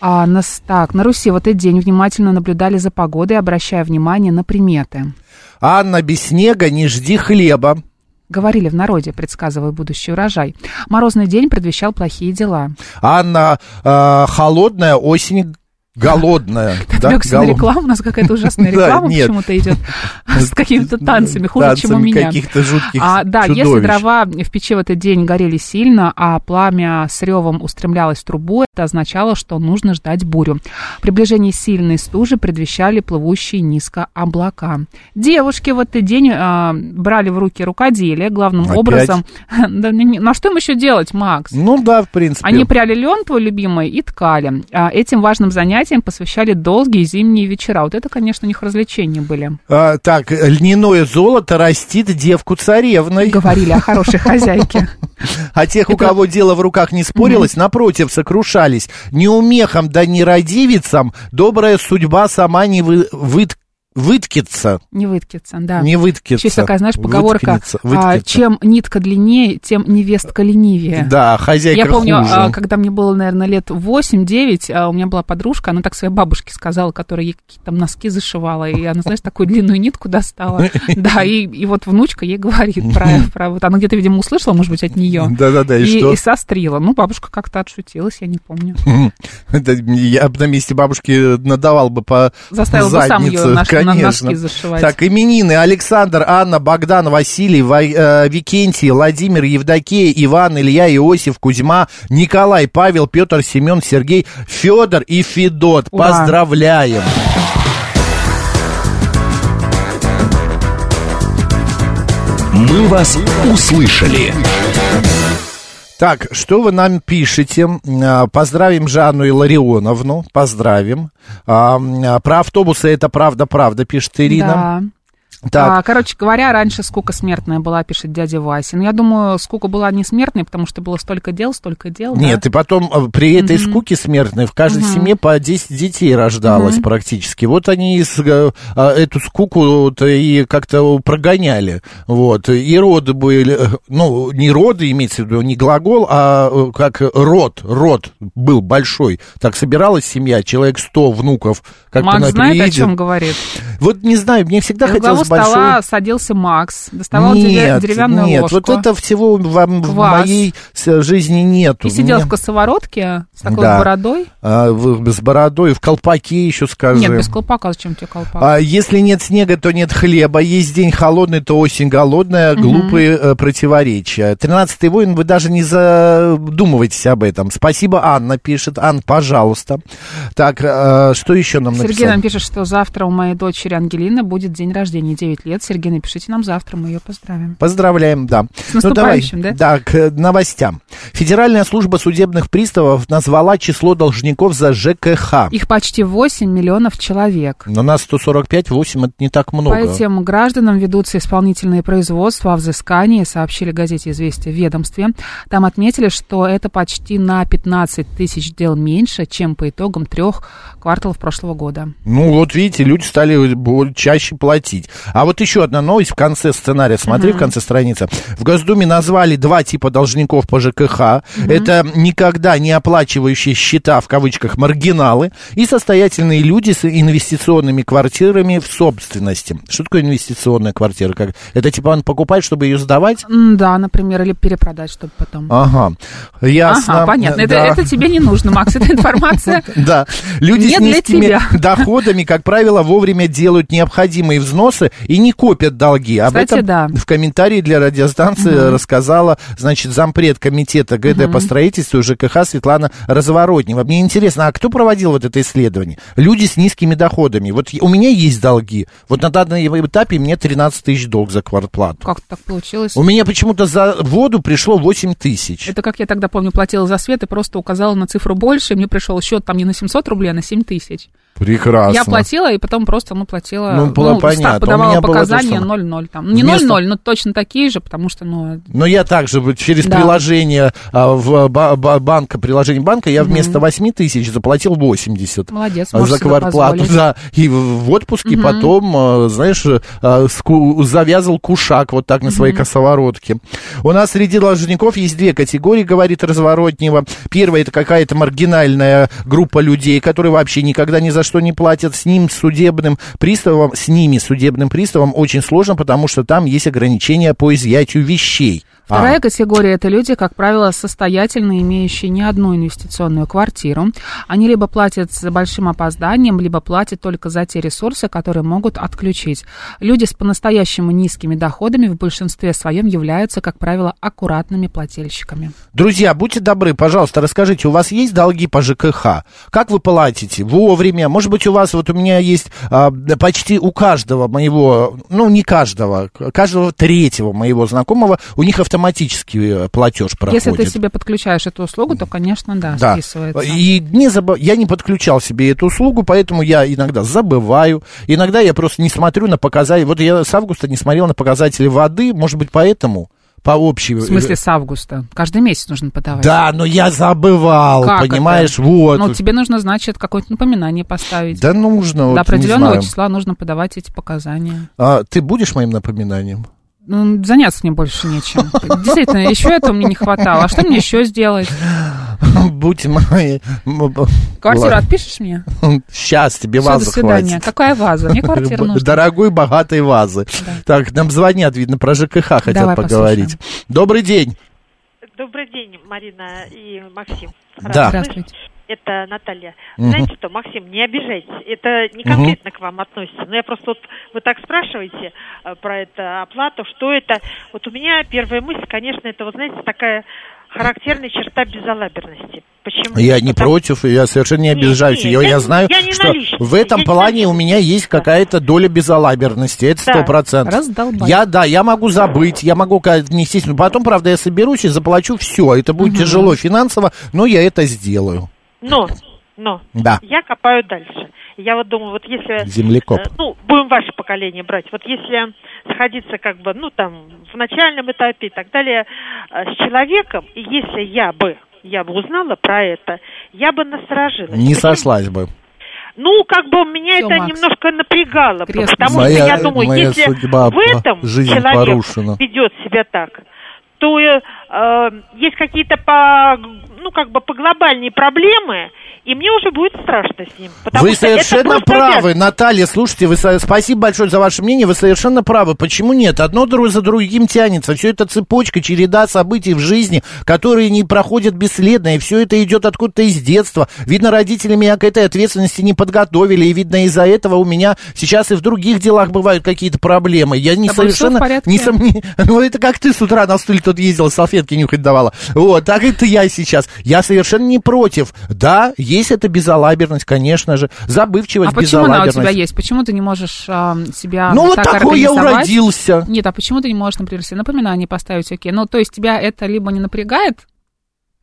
[SPEAKER 2] А, нас, так, на Руси в этот день внимательно наблюдали за погодой, обращая внимание на приметы. А
[SPEAKER 4] Анна, без снега не жди хлеба.
[SPEAKER 2] Говорили в народе, предсказывая будущий урожай. Морозный день предвещал плохие дела.
[SPEAKER 4] Анна, А э, холодная осень голодная.
[SPEAKER 2] (laughs)
[SPEAKER 4] да,
[SPEAKER 2] Отвлекся на
[SPEAKER 4] голод-
[SPEAKER 2] рекламу, у нас какая-то
[SPEAKER 4] (laughs)
[SPEAKER 2] ужасная
[SPEAKER 4] Да,
[SPEAKER 2] реклама
[SPEAKER 4] нет.
[SPEAKER 2] почему-то идет с какими-то танцами, хуже, чем у
[SPEAKER 4] Танцами
[SPEAKER 2] меня.
[SPEAKER 4] каких-то жутких
[SPEAKER 2] А, да, если
[SPEAKER 4] чудовищ.
[SPEAKER 2] дрова в печи в этот день горели сильно, а пламя с ревом устремлялось в трубу, это означало, что нужно ждать бурю. Приближение сильной стужи предвещали плывущие низко облака. Девушки в этот день а, брали в руки рукоделие, главным
[SPEAKER 4] Опять?
[SPEAKER 2] образом. (laughs) Да не- не- На что им еще делать, Макс?
[SPEAKER 4] Ну да, в принципе.
[SPEAKER 2] Они пряли лен, твой любимый, и ткали. А Этим важным занятием посвящали долгие зимние вечера. Вот это, конечно, у них развлечения были.
[SPEAKER 4] А, так, льняное золото растит девку царевной.
[SPEAKER 2] Говорили о
[SPEAKER 4] (laughs)
[SPEAKER 2] хорошей хозяйке.
[SPEAKER 4] А тех, у кого дело в руках не спорилось, напротив, сокрушались. Неумехом да нерадивицам добрая судьба сама не вы- вытк- Выткится,
[SPEAKER 2] Не выткится, да.
[SPEAKER 4] не выткится.
[SPEAKER 2] Есть такая, знаешь, поговорка,
[SPEAKER 4] Выткнется,
[SPEAKER 2] а,
[SPEAKER 4] выткнется.
[SPEAKER 2] чем нитка длиннее, тем невестка ленивее.
[SPEAKER 4] Да, хозяйка
[SPEAKER 2] а, Я помню,
[SPEAKER 4] хуже.
[SPEAKER 2] а, когда мне было, наверное, лет 8-9, а, у меня была подружка, она так своей бабушке сказала, которая ей какие-то там носки зашивала, и она, знаешь, такую длинную нитку
[SPEAKER 4] (laughs)
[SPEAKER 2] достала. Да, и, и вот внучка ей говорит про, про вот она где-то, видимо, услышала, может быть, от нее.
[SPEAKER 4] Да-да-да, и что?
[SPEAKER 2] и сострила. Ну, бабушка как-то отшутилась, я не помню.
[SPEAKER 4] Это Я бы на месте бабушки надавал бы по
[SPEAKER 2] Заставил бы сам ее
[SPEAKER 4] заднице,
[SPEAKER 2] на, ш- на
[SPEAKER 4] конечно.
[SPEAKER 2] носки зашивать.
[SPEAKER 4] Так, именины Александр, Анна, Богдан, Василий, Ва- э, Викентий, Владимир, Евдокия, Иван, Илья, Иосиф, Кузьма, Николай, Павел, Петр, Семен, Сергей, Федор и Федот.
[SPEAKER 2] Ура.
[SPEAKER 4] Поздравляем!
[SPEAKER 7] «Мы вас услышали».
[SPEAKER 4] Так, что вы нам пишете? А, Поздравим Жанну Илларионовну, поздравим. А, м, а, Про автобусы это правда-правда, пишет Ирина.
[SPEAKER 2] Да.
[SPEAKER 4] Так,
[SPEAKER 2] А, короче говоря, раньше скука смертная была, пишет дядя Вася. Но я думаю, скука была не смертной, потому что было столько дел, столько дел. Ну да.
[SPEAKER 4] Нет, и потом э, при этой скуке смертной в каждой семье по 10 детей рождалось практически. Вот они и с- э, э, эту скуку вот и как-то прогоняли. Вот. И роды были, э, ну, не роды имеется в виду, не глагол, а э, как род, род был большой. Так собиралась семья, человек 100 внуков. Как-то
[SPEAKER 2] Макс
[SPEAKER 4] она
[SPEAKER 2] знает, о
[SPEAKER 4] приедет.
[SPEAKER 2] чем говорит.
[SPEAKER 4] Вот не знаю, мне всегда
[SPEAKER 2] Из главу
[SPEAKER 4] хотелось большой...
[SPEAKER 2] стола садился Макс, доставал деревя- деревянную
[SPEAKER 4] нет,
[SPEAKER 2] ложку.
[SPEAKER 4] вот это всего вам в
[SPEAKER 2] Квас.
[SPEAKER 4] моей с- жизни нету.
[SPEAKER 2] И сидел
[SPEAKER 4] Мне-
[SPEAKER 2] в косоворотке с такой
[SPEAKER 4] Да.
[SPEAKER 2] бородой.
[SPEAKER 4] А, в- с бородой, в колпаке еще скажем.
[SPEAKER 2] Нет, без колпака, зачем тебе колпак?
[SPEAKER 4] А, если нет снега, то нет хлеба. Есть день холодный, то осень голодная. Глупые э, противоречия. Тринадцатый воин, вы даже не задумывайтесь об этом. Спасибо, Анна пишет. Ан, пожалуйста. Так, э, что еще нам
[SPEAKER 2] Сергей
[SPEAKER 4] написали?
[SPEAKER 2] нам пишет, что завтра у моей дочери Ангелины будет день рождения, 9 лет. Сергей, напишите нам завтра, мы ее поздравим.
[SPEAKER 4] Поздравляем, да.
[SPEAKER 2] наступающим,
[SPEAKER 4] ну, давай,
[SPEAKER 2] да?
[SPEAKER 4] к э, новостям. Федеральная служба судебных приставов назвала число должников за ЖКХ.
[SPEAKER 2] Их почти 8 миллионов человек.
[SPEAKER 4] Но нас 145, 8 это не так много.
[SPEAKER 2] По этим гражданам ведутся исполнительные производства о взыскании, сообщили газете «Известия» в ведомстве. Там отметили, что это почти на 15 тысяч дел меньше, чем по итогам трех кварталов прошлого года.
[SPEAKER 4] Ну, вот видите, люди стали бо- чаще платить. А вот еще одна новость в конце сценария. Смотри, в конце страницы. В Госдуме назвали два типа должников по ЖКХ. Это никогда не оплачивающие счета, в кавычках, маргиналы и состоятельные люди с инвестиционными квартирами в собственности. Что такое инвестиционная квартира? Как? Это типа он покупает, чтобы ее сдавать?
[SPEAKER 2] М, Да, например, или перепродать, чтобы потом.
[SPEAKER 4] Ага, ясно.
[SPEAKER 2] Ага, понятно. Это,
[SPEAKER 4] А э, Да.
[SPEAKER 2] это тебе не нужно, Макс, эта информация.
[SPEAKER 4] (laughs) Да, люди
[SPEAKER 2] Не
[SPEAKER 4] с
[SPEAKER 2] для
[SPEAKER 4] низкими
[SPEAKER 2] тебя.
[SPEAKER 4] (laughs) доходами, как правило, вовремя делают необходимые взносы и не копят долги. Об
[SPEAKER 2] Кстати,
[SPEAKER 4] этом
[SPEAKER 2] да.
[SPEAKER 4] в комментарии для радиостанции рассказала, значит, зампред комитета ГД по строительству ЖКХ Светлана Разворотнева. Мне интересно, а кто проводил вот это исследование? Люди с низкими доходами. Вот у меня есть долги. Вот на данном этапе мне 13 тысяч долг за квартплату.
[SPEAKER 2] Как так получилось?
[SPEAKER 4] У меня почему-то за воду пришло 8 тысяч.
[SPEAKER 2] Это как я тогда помню, платила за свет и просто указала на цифру больше, и мне пришел счет там не на 700 рублей, а на 7 тысяч.
[SPEAKER 4] Прекрасно.
[SPEAKER 2] Я платила, и потом просто, ну, платила...
[SPEAKER 4] Ну, было
[SPEAKER 2] в
[SPEAKER 4] понятно.
[SPEAKER 2] старт
[SPEAKER 4] У
[SPEAKER 2] подавала
[SPEAKER 4] меня было то же
[SPEAKER 2] показания
[SPEAKER 4] самое.
[SPEAKER 2] 0-0 там. Не
[SPEAKER 4] Вместо-
[SPEAKER 2] 0-0, но точно такие же, потому что, ну...
[SPEAKER 4] Но я также вот через
[SPEAKER 2] Да.
[SPEAKER 4] приложение а, в ба- ба- банка, приложение банка, я вместо 8 тысяч заплатил 80.
[SPEAKER 2] Молодец,
[SPEAKER 4] а,
[SPEAKER 2] можешь
[SPEAKER 4] за
[SPEAKER 2] себе
[SPEAKER 4] квартплату,
[SPEAKER 2] позволить.
[SPEAKER 4] да. И в в отпуске потом, а, знаешь, а, ску- завязал кушак вот так на своей косоворотке. У нас среди должников есть две категории, говорит Разворотнева. Первая это какая-то маргинальная группа людей, которые вообще никогда ни за что не платят. С ним судебным приставом, с ними судебным приставом очень сложно, потому что там есть ограничения по изъятию вещей. А.
[SPEAKER 2] Вторая категория – это люди, как правило, состоятельные, имеющие не одну инвестиционную квартиру. Они либо платят с большим опозданием, либо платят только за те ресурсы, которые могут отключить. Люди с по-настоящему низкими доходами в большинстве своем являются, как правило, аккуратными плательщиками.
[SPEAKER 4] Друзья, будьте добры, пожалуйста, расскажите, у вас есть долги по ЖКХ? Как вы платите? Вовремя? Может быть, у вас, вот у меня есть а, да почти у каждого моего, ну, не каждого, к- каждого третьего моего знакомого, у них автоматический э, платеж проходит.
[SPEAKER 2] Если ты себе подключаешь эту услугу, то, конечно, да,
[SPEAKER 4] Да.
[SPEAKER 2] списывается.
[SPEAKER 4] И не забы- я не подключал себе эту услугу, поэтому я иногда забываю. Иногда я просто не смотрю на показатели. Вот я с августа не смотрел на показатели воды, может быть, поэтому. по общей...
[SPEAKER 2] В смысле, с августа. Каждый месяц нужно подавать.
[SPEAKER 4] Да, но я забывал,
[SPEAKER 2] Как это?
[SPEAKER 4] понимаешь, вот.
[SPEAKER 2] Ну, тебе нужно, значит, какое-то напоминание поставить.
[SPEAKER 4] Да нужно, вот
[SPEAKER 2] До
[SPEAKER 4] не
[SPEAKER 2] определенного
[SPEAKER 4] знаю.
[SPEAKER 2] числа нужно подавать эти показания.
[SPEAKER 4] А, ты будешь моим напоминанием? (laughs)
[SPEAKER 2] Ну, заняться мне больше нечем. Действительно, еще этого мне не хватало. А что мне еще сделать?
[SPEAKER 4] Будь моей...
[SPEAKER 2] Квартиру отпишешь мне?
[SPEAKER 4] Сейчас тебе
[SPEAKER 2] Все, до
[SPEAKER 4] вазу
[SPEAKER 2] свидания.
[SPEAKER 4] хватит.
[SPEAKER 2] Какая ваза?
[SPEAKER 4] (laughs)
[SPEAKER 2] Мне квартира нужна.
[SPEAKER 4] Дорогой, богатой вазы. Так, нам звонят, видно, про ЖКХ хотят
[SPEAKER 2] Давай
[SPEAKER 4] поговорить. Добрый день.
[SPEAKER 8] Добрый день, Марина и Максим.
[SPEAKER 4] Да.
[SPEAKER 8] слышать.
[SPEAKER 2] Здравствуйте.
[SPEAKER 8] Это Наталья.
[SPEAKER 4] Мгм.
[SPEAKER 8] Знаете что, Максим, не обижайтесь. Это не конкретно к вам относится. Но я просто вот вы так спрашиваете э, про это оплату, что это. Вот у меня первая мысль, конечно, это вот знаете такая характерная черта безалаберности. Почему?
[SPEAKER 4] Я не
[SPEAKER 8] Потому-
[SPEAKER 4] против, я совершенно не
[SPEAKER 8] Нет,
[SPEAKER 4] обижаюсь.
[SPEAKER 8] нет,
[SPEAKER 4] я,
[SPEAKER 8] я
[SPEAKER 4] я
[SPEAKER 8] не-
[SPEAKER 4] знаю,
[SPEAKER 8] я не
[SPEAKER 4] что
[SPEAKER 8] наличник,
[SPEAKER 4] в
[SPEAKER 8] я
[SPEAKER 4] этом
[SPEAKER 8] не
[SPEAKER 4] плане у
[SPEAKER 8] наличник.
[SPEAKER 4] меня есть
[SPEAKER 8] Да.
[SPEAKER 4] какая-то доля безалаберности. Это
[SPEAKER 8] Да.
[SPEAKER 4] сто процентов.
[SPEAKER 2] Раздолбай.
[SPEAKER 4] Я, да, я могу забыть, я могу отнестись. Но потом, правда, я соберусь и заплачу все. Это будет тяжело финансово, но я это сделаю.
[SPEAKER 8] Но, но,
[SPEAKER 4] Да.
[SPEAKER 8] я копаю дальше. Я вот думаю, вот если...
[SPEAKER 4] Землекоп.
[SPEAKER 8] э, Ну, будем ваше поколение брать. Вот если сходиться как бы, ну, там, в начальном этапе и так далее э, с человеком, и если я бы, я бы узнала про это, я бы насторожилась.
[SPEAKER 4] Не
[SPEAKER 8] Почему?
[SPEAKER 4] сошлась бы.
[SPEAKER 8] Ну, как бы меня
[SPEAKER 2] Всё,
[SPEAKER 8] это
[SPEAKER 2] Макс.
[SPEAKER 8] немножко напрягало,
[SPEAKER 2] Крест
[SPEAKER 8] потому
[SPEAKER 4] Моя-
[SPEAKER 8] что я думаю,
[SPEAKER 4] моя
[SPEAKER 8] если
[SPEAKER 4] судьба
[SPEAKER 8] в этом
[SPEAKER 4] по- жизнь
[SPEAKER 8] человек
[SPEAKER 4] порушена.
[SPEAKER 8] ведет себя так, то э, э, есть какие-то по, ну, как бы поглобальные проблемы, и мне уже будет страшно с ним. потому
[SPEAKER 4] Вы
[SPEAKER 8] что это
[SPEAKER 4] совершенно
[SPEAKER 8] просто
[SPEAKER 4] правы,
[SPEAKER 8] обязанность.
[SPEAKER 4] Наталья, слушайте, вы, со- спасибо большое за ваше мнение, вы совершенно правы. Почему нет? Одно друг за другим тянется. Все это цепочка, череда событий в жизни, которые не проходят бесследно, и все это идет откуда-то из детства. Видно, родители меня к этой ответственности не подготовили, и видно, из-за этого у меня сейчас и в других делах бывают какие-то проблемы. Я не
[SPEAKER 2] С тобой всё в
[SPEAKER 4] совершенно...
[SPEAKER 2] порядке?
[SPEAKER 4] Не сомне... (laughs) Ну, это как ты с утра на стуле тут ездила, салфетки нюхать давала. Вот, так это я сейчас. Я совершенно не против. Да, есть эта безалаберность, конечно же. Забывчивость,
[SPEAKER 2] А почему она у
[SPEAKER 4] безалаберность.
[SPEAKER 2] тебя есть? Почему ты не можешь а, себя
[SPEAKER 4] Ну, вот
[SPEAKER 2] так
[SPEAKER 4] такой я
[SPEAKER 2] организовать?
[SPEAKER 4] уродился.
[SPEAKER 2] Нет, а почему ты не можешь, например, себе напоминание поставить, окей? Ну, то есть тебя это либо не напрягает,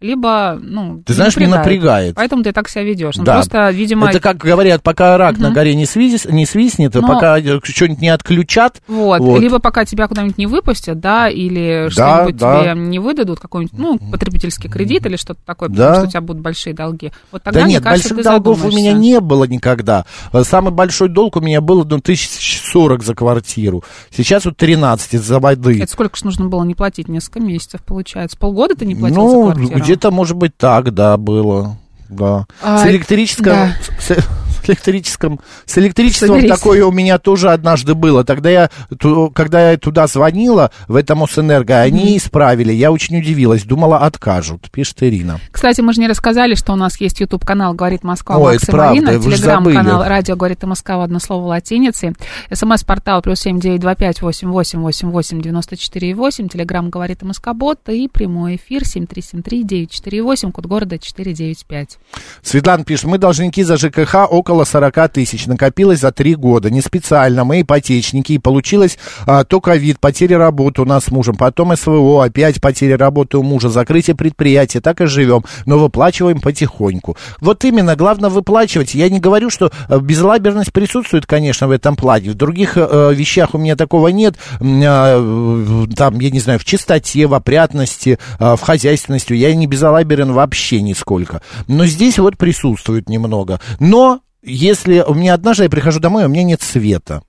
[SPEAKER 2] либо, ну,
[SPEAKER 4] Ты знаешь, не напрягает.
[SPEAKER 2] Поэтому ты так себя ведешь. Ну,
[SPEAKER 4] Да.
[SPEAKER 2] просто, видимо,
[SPEAKER 4] Это как говорят, пока рак на горе не, свизис- не свистнет,
[SPEAKER 2] Но-
[SPEAKER 4] пока что-нибудь не отключат.
[SPEAKER 2] вот.
[SPEAKER 4] вот.
[SPEAKER 2] Либо пока тебя куда-нибудь не выпустят, да, или
[SPEAKER 4] Да,
[SPEAKER 2] что-нибудь
[SPEAKER 4] да.
[SPEAKER 2] тебе не выдадут, какой-нибудь, ну, потребительский кредит или что-то такое, потому
[SPEAKER 4] Да.
[SPEAKER 2] что у тебя будут большие долги. Вот тогда,
[SPEAKER 4] да
[SPEAKER 2] мне
[SPEAKER 4] нет,
[SPEAKER 2] кажется,
[SPEAKER 4] больших
[SPEAKER 2] ты
[SPEAKER 4] долгов у
[SPEAKER 2] задумаешься.
[SPEAKER 4] меня не было никогда. Э, Самый большой долг у меня был ну, 1040 за квартиру. Сейчас вот 13 из-за воды.
[SPEAKER 2] Это сколько же нужно было не платить? Несколько месяцев, получается. Полгода ты не платил
[SPEAKER 4] ну,
[SPEAKER 2] за квартиру?
[SPEAKER 4] где-то, может быть, так, да, было. Да.
[SPEAKER 2] А,
[SPEAKER 4] с электрическом...
[SPEAKER 2] да.
[SPEAKER 4] С, с электрическом, с электричеством
[SPEAKER 2] Соберись.
[SPEAKER 4] такое у меня тоже однажды было. Тогда я, ту- когда я туда звонила, в этом Мосэнерго, они исправили. Я очень удивилась, думала, откажут, пишет Ирина.
[SPEAKER 2] Кстати, мы же не рассказали, что у нас есть YouTube-канал «Говорит Москва»
[SPEAKER 4] Ой,
[SPEAKER 2] Макс
[SPEAKER 4] это
[SPEAKER 2] и Марина,
[SPEAKER 4] правда, вы же
[SPEAKER 2] телеграм-канал
[SPEAKER 4] забыли.
[SPEAKER 2] «Радио говорит и Москва» одно слово латиницей, смс-портал плюс семь девять два пять восемь восемь восемь восемь девяносто четыре восемь, телеграмм «Говорит и Москобот» и прямой эфир семь три семь три девять четыре восемь, код города четыре девять пять.
[SPEAKER 4] Светлана пишет, мы должники за ЖКХ около 40 тысяч. Накопилось за три года. Не специально, мы ипотечники. И получилось а, то ковид, потеря работы у нас с мужем. Потом СВО, опять потеря работы у мужа, закрытие предприятия. Так и живем, но выплачиваем потихоньку. Вот именно, главное выплачивать. Я не говорю, что э, безлаберность присутствует, конечно, в этом плане. В других э, вещах у меня такого нет. М, а, э, Там, я не знаю, в чистоте, в опрятности, э, в хозяйственности. Я не безалаберен вообще нисколько. Но здесь вот присутствует немного. Но если у меня однажды я прихожу домой, у меня нет света.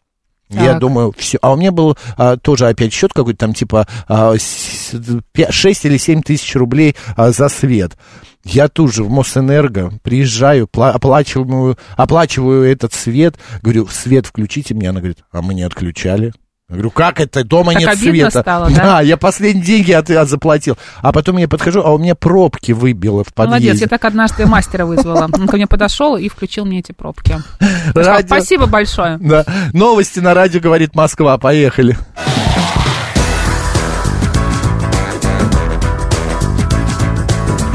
[SPEAKER 4] Я
[SPEAKER 2] Так.
[SPEAKER 4] думаю, все. А у меня был а, тоже опять счет какой-то там типа а, с- пя- шесть или семь тысяч рублей а, за свет. Я тут же в Мосэнерго приезжаю, пла- оплачиваю, оплачиваю этот свет. Говорю, свет включите мне. Она говорит, а мы не отключали. Я говорю, как это? Дома
[SPEAKER 2] Так
[SPEAKER 4] нет
[SPEAKER 2] обидно
[SPEAKER 4] света. (laughs)
[SPEAKER 2] стало, да?
[SPEAKER 4] я последние деньги от, от заплатил. А потом я подхожу, а у меня пробки выбило в подъезде.
[SPEAKER 2] Молодец, я так однажды мастера вызвала. Он ко мне подошел и включил мне эти пробки. Я сказала,
[SPEAKER 4] Радио-
[SPEAKER 2] Спасибо большое.
[SPEAKER 4] Да. Новости на радио говорит Москва. Поехали.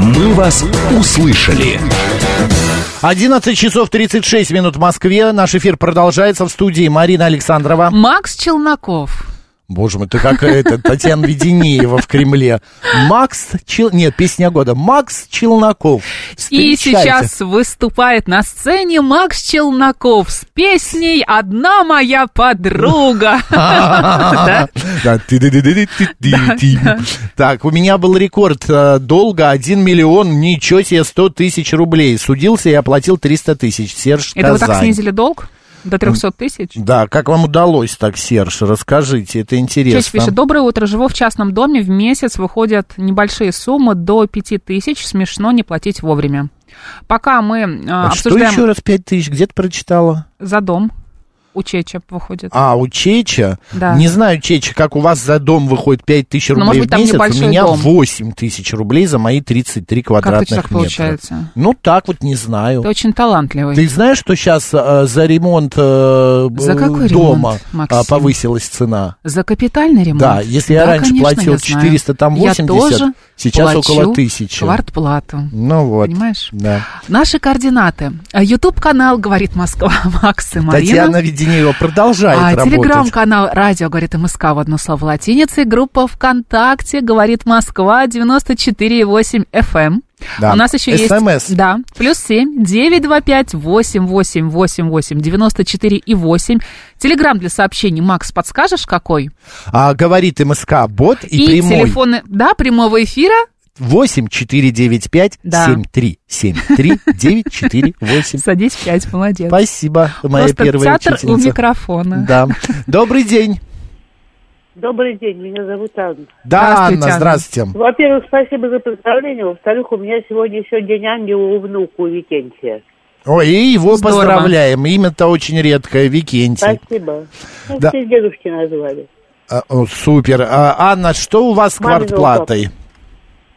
[SPEAKER 7] «Мы вас услышали».
[SPEAKER 4] 11 часов 36 минут в Москве. Наш эфир продолжается в студии Марина Александрова.
[SPEAKER 2] Макс Челноков.
[SPEAKER 4] Боже мой, ты как это, Татьяна Веденеева в Кремле. Макс Чил... Нет, песня года. Макс Челноков.
[SPEAKER 2] И
[SPEAKER 4] Встречайте.
[SPEAKER 2] сейчас выступает на сцене Макс Челноков с песней «Одна моя
[SPEAKER 4] (laughs)
[SPEAKER 2] подруга». Да?
[SPEAKER 4] Да,
[SPEAKER 2] (laughs)
[SPEAKER 4] ты-ды-ды-ды-ды-ты-ты. Так, у меня был рекорд э, долга 1 миллион, ничего себе, 100 тысяч рублей. Судился и оплатил 300 тысяч. Серж
[SPEAKER 2] Это вы так
[SPEAKER 4] Казань.
[SPEAKER 2] снизили долг до 300 тысяч?
[SPEAKER 4] Да, как вам удалось так, Серж? Расскажите, это интересно.
[SPEAKER 2] Честь пишет, доброе утро, живу в частном доме, в месяц выходят небольшие суммы до 5 тысяч, смешно не платить вовремя. Пока мы э,
[SPEAKER 4] А Что
[SPEAKER 2] обсуждаем
[SPEAKER 4] еще раз 5 тысяч? Где ты прочитала?
[SPEAKER 2] за дом, у Чеча выходит.
[SPEAKER 4] А, у Чеча?
[SPEAKER 2] Да. Ну,
[SPEAKER 4] Не знаю, Чеча, как у вас за дом выходит 5 тысяч рублей
[SPEAKER 2] может быть,
[SPEAKER 4] в
[SPEAKER 2] там
[SPEAKER 4] месяц, у
[SPEAKER 2] небольшой
[SPEAKER 4] меня
[SPEAKER 2] дом.
[SPEAKER 4] 8 тысяч рублей за мои 33
[SPEAKER 2] Как ты
[SPEAKER 4] квадратных
[SPEAKER 2] так
[SPEAKER 4] метра.
[SPEAKER 2] получается?
[SPEAKER 4] Ну, так вот не знаю.
[SPEAKER 2] Ты очень талантливый.
[SPEAKER 4] Ты знаешь, что сейчас за ремонт э,
[SPEAKER 2] За какой
[SPEAKER 4] дома
[SPEAKER 2] ремонт, Максим?
[SPEAKER 4] а, повысилась цена?
[SPEAKER 2] За капитальный ремонт?
[SPEAKER 4] Да, если я раньше
[SPEAKER 2] конечно,
[SPEAKER 4] платил
[SPEAKER 2] я знаю.
[SPEAKER 4] 400, там
[SPEAKER 2] Я
[SPEAKER 4] 80,
[SPEAKER 2] тоже
[SPEAKER 4] сейчас
[SPEAKER 2] плачу
[SPEAKER 4] около 1000.
[SPEAKER 2] квартплату.
[SPEAKER 4] Ну вот.
[SPEAKER 2] Понимаешь?
[SPEAKER 4] Да.
[SPEAKER 2] Наши координаты. Ютуб-канал «Говорит Москва» (laughs) Макс и Марина.
[SPEAKER 4] Татьяна Веденеева продолжает
[SPEAKER 2] А,
[SPEAKER 4] работать.
[SPEAKER 2] телеграм-канал «Радио говорит МСК» в одно слово латиница и группа ВКонтакте «Говорит Москва» 94,8 FM.
[SPEAKER 4] Да.
[SPEAKER 2] эм. У нас еще
[SPEAKER 4] СМС.
[SPEAKER 2] есть... Да, плюс семь, девять, два, пять, восемь, восемь, восемь, восемь, девяносто четыре и восемь. Телеграмм для сообщений. Макс, подскажешь, какой?
[SPEAKER 4] А, говорит МСК Бот и, прямой.
[SPEAKER 2] телефоны, да, прямого эфира.
[SPEAKER 4] 8 495
[SPEAKER 2] Да.
[SPEAKER 4] 73 73 948.
[SPEAKER 2] Садись в пять, молодец.
[SPEAKER 4] Спасибо, моя
[SPEAKER 2] Э, Просто
[SPEAKER 4] первая
[SPEAKER 2] театр у
[SPEAKER 4] учительница.
[SPEAKER 2] микрофона.
[SPEAKER 4] Да. Добрый день.
[SPEAKER 9] Добрый день, меня зовут Анна.
[SPEAKER 4] Да,
[SPEAKER 2] Здравствуйте,
[SPEAKER 4] Анна,
[SPEAKER 2] Анна.
[SPEAKER 4] здравствуйте.
[SPEAKER 9] Во-первых, спасибо за представление. Во-вторых, у меня сегодня еще день ангела у внука, у Викентия.
[SPEAKER 4] Ой, и его
[SPEAKER 2] Здорово.
[SPEAKER 4] поздравляем. Имя-то очень редкое, Викентий.
[SPEAKER 9] Спасибо. Ну,
[SPEAKER 4] Да.
[SPEAKER 9] все дедушки назвали.
[SPEAKER 4] А, о, Супер. А, Анна, что у вас с
[SPEAKER 9] Мамин
[SPEAKER 4] квартплатой?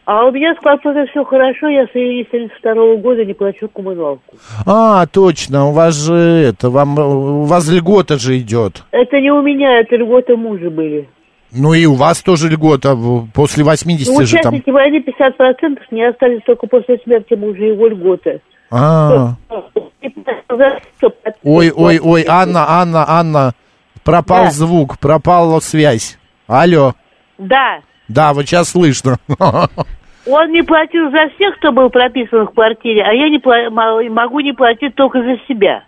[SPEAKER 9] А у меня с квартплатой все хорошо, я с июня 72 года не плачу коммуналку.
[SPEAKER 4] А, точно, у вас же это, вам, э, у вас льгота же идет.
[SPEAKER 9] Это не у меня, это льготы мужа были.
[SPEAKER 4] Ну и у вас тоже льгота в- после
[SPEAKER 9] Ну,
[SPEAKER 4] 80 же там.
[SPEAKER 9] участники войны 50% не остались только после смерти мужа его льготы.
[SPEAKER 4] А. Ой, ой, ой, Анна, Анна, Анна, пропал
[SPEAKER 9] Да.
[SPEAKER 4] звук, пропала связь. Алло.
[SPEAKER 9] Да,
[SPEAKER 4] Да, вот сейчас слышно. (laughs)
[SPEAKER 9] Он не платил за всех, кто был прописан в квартире, а я не пла- мо- могу не платить только за себя.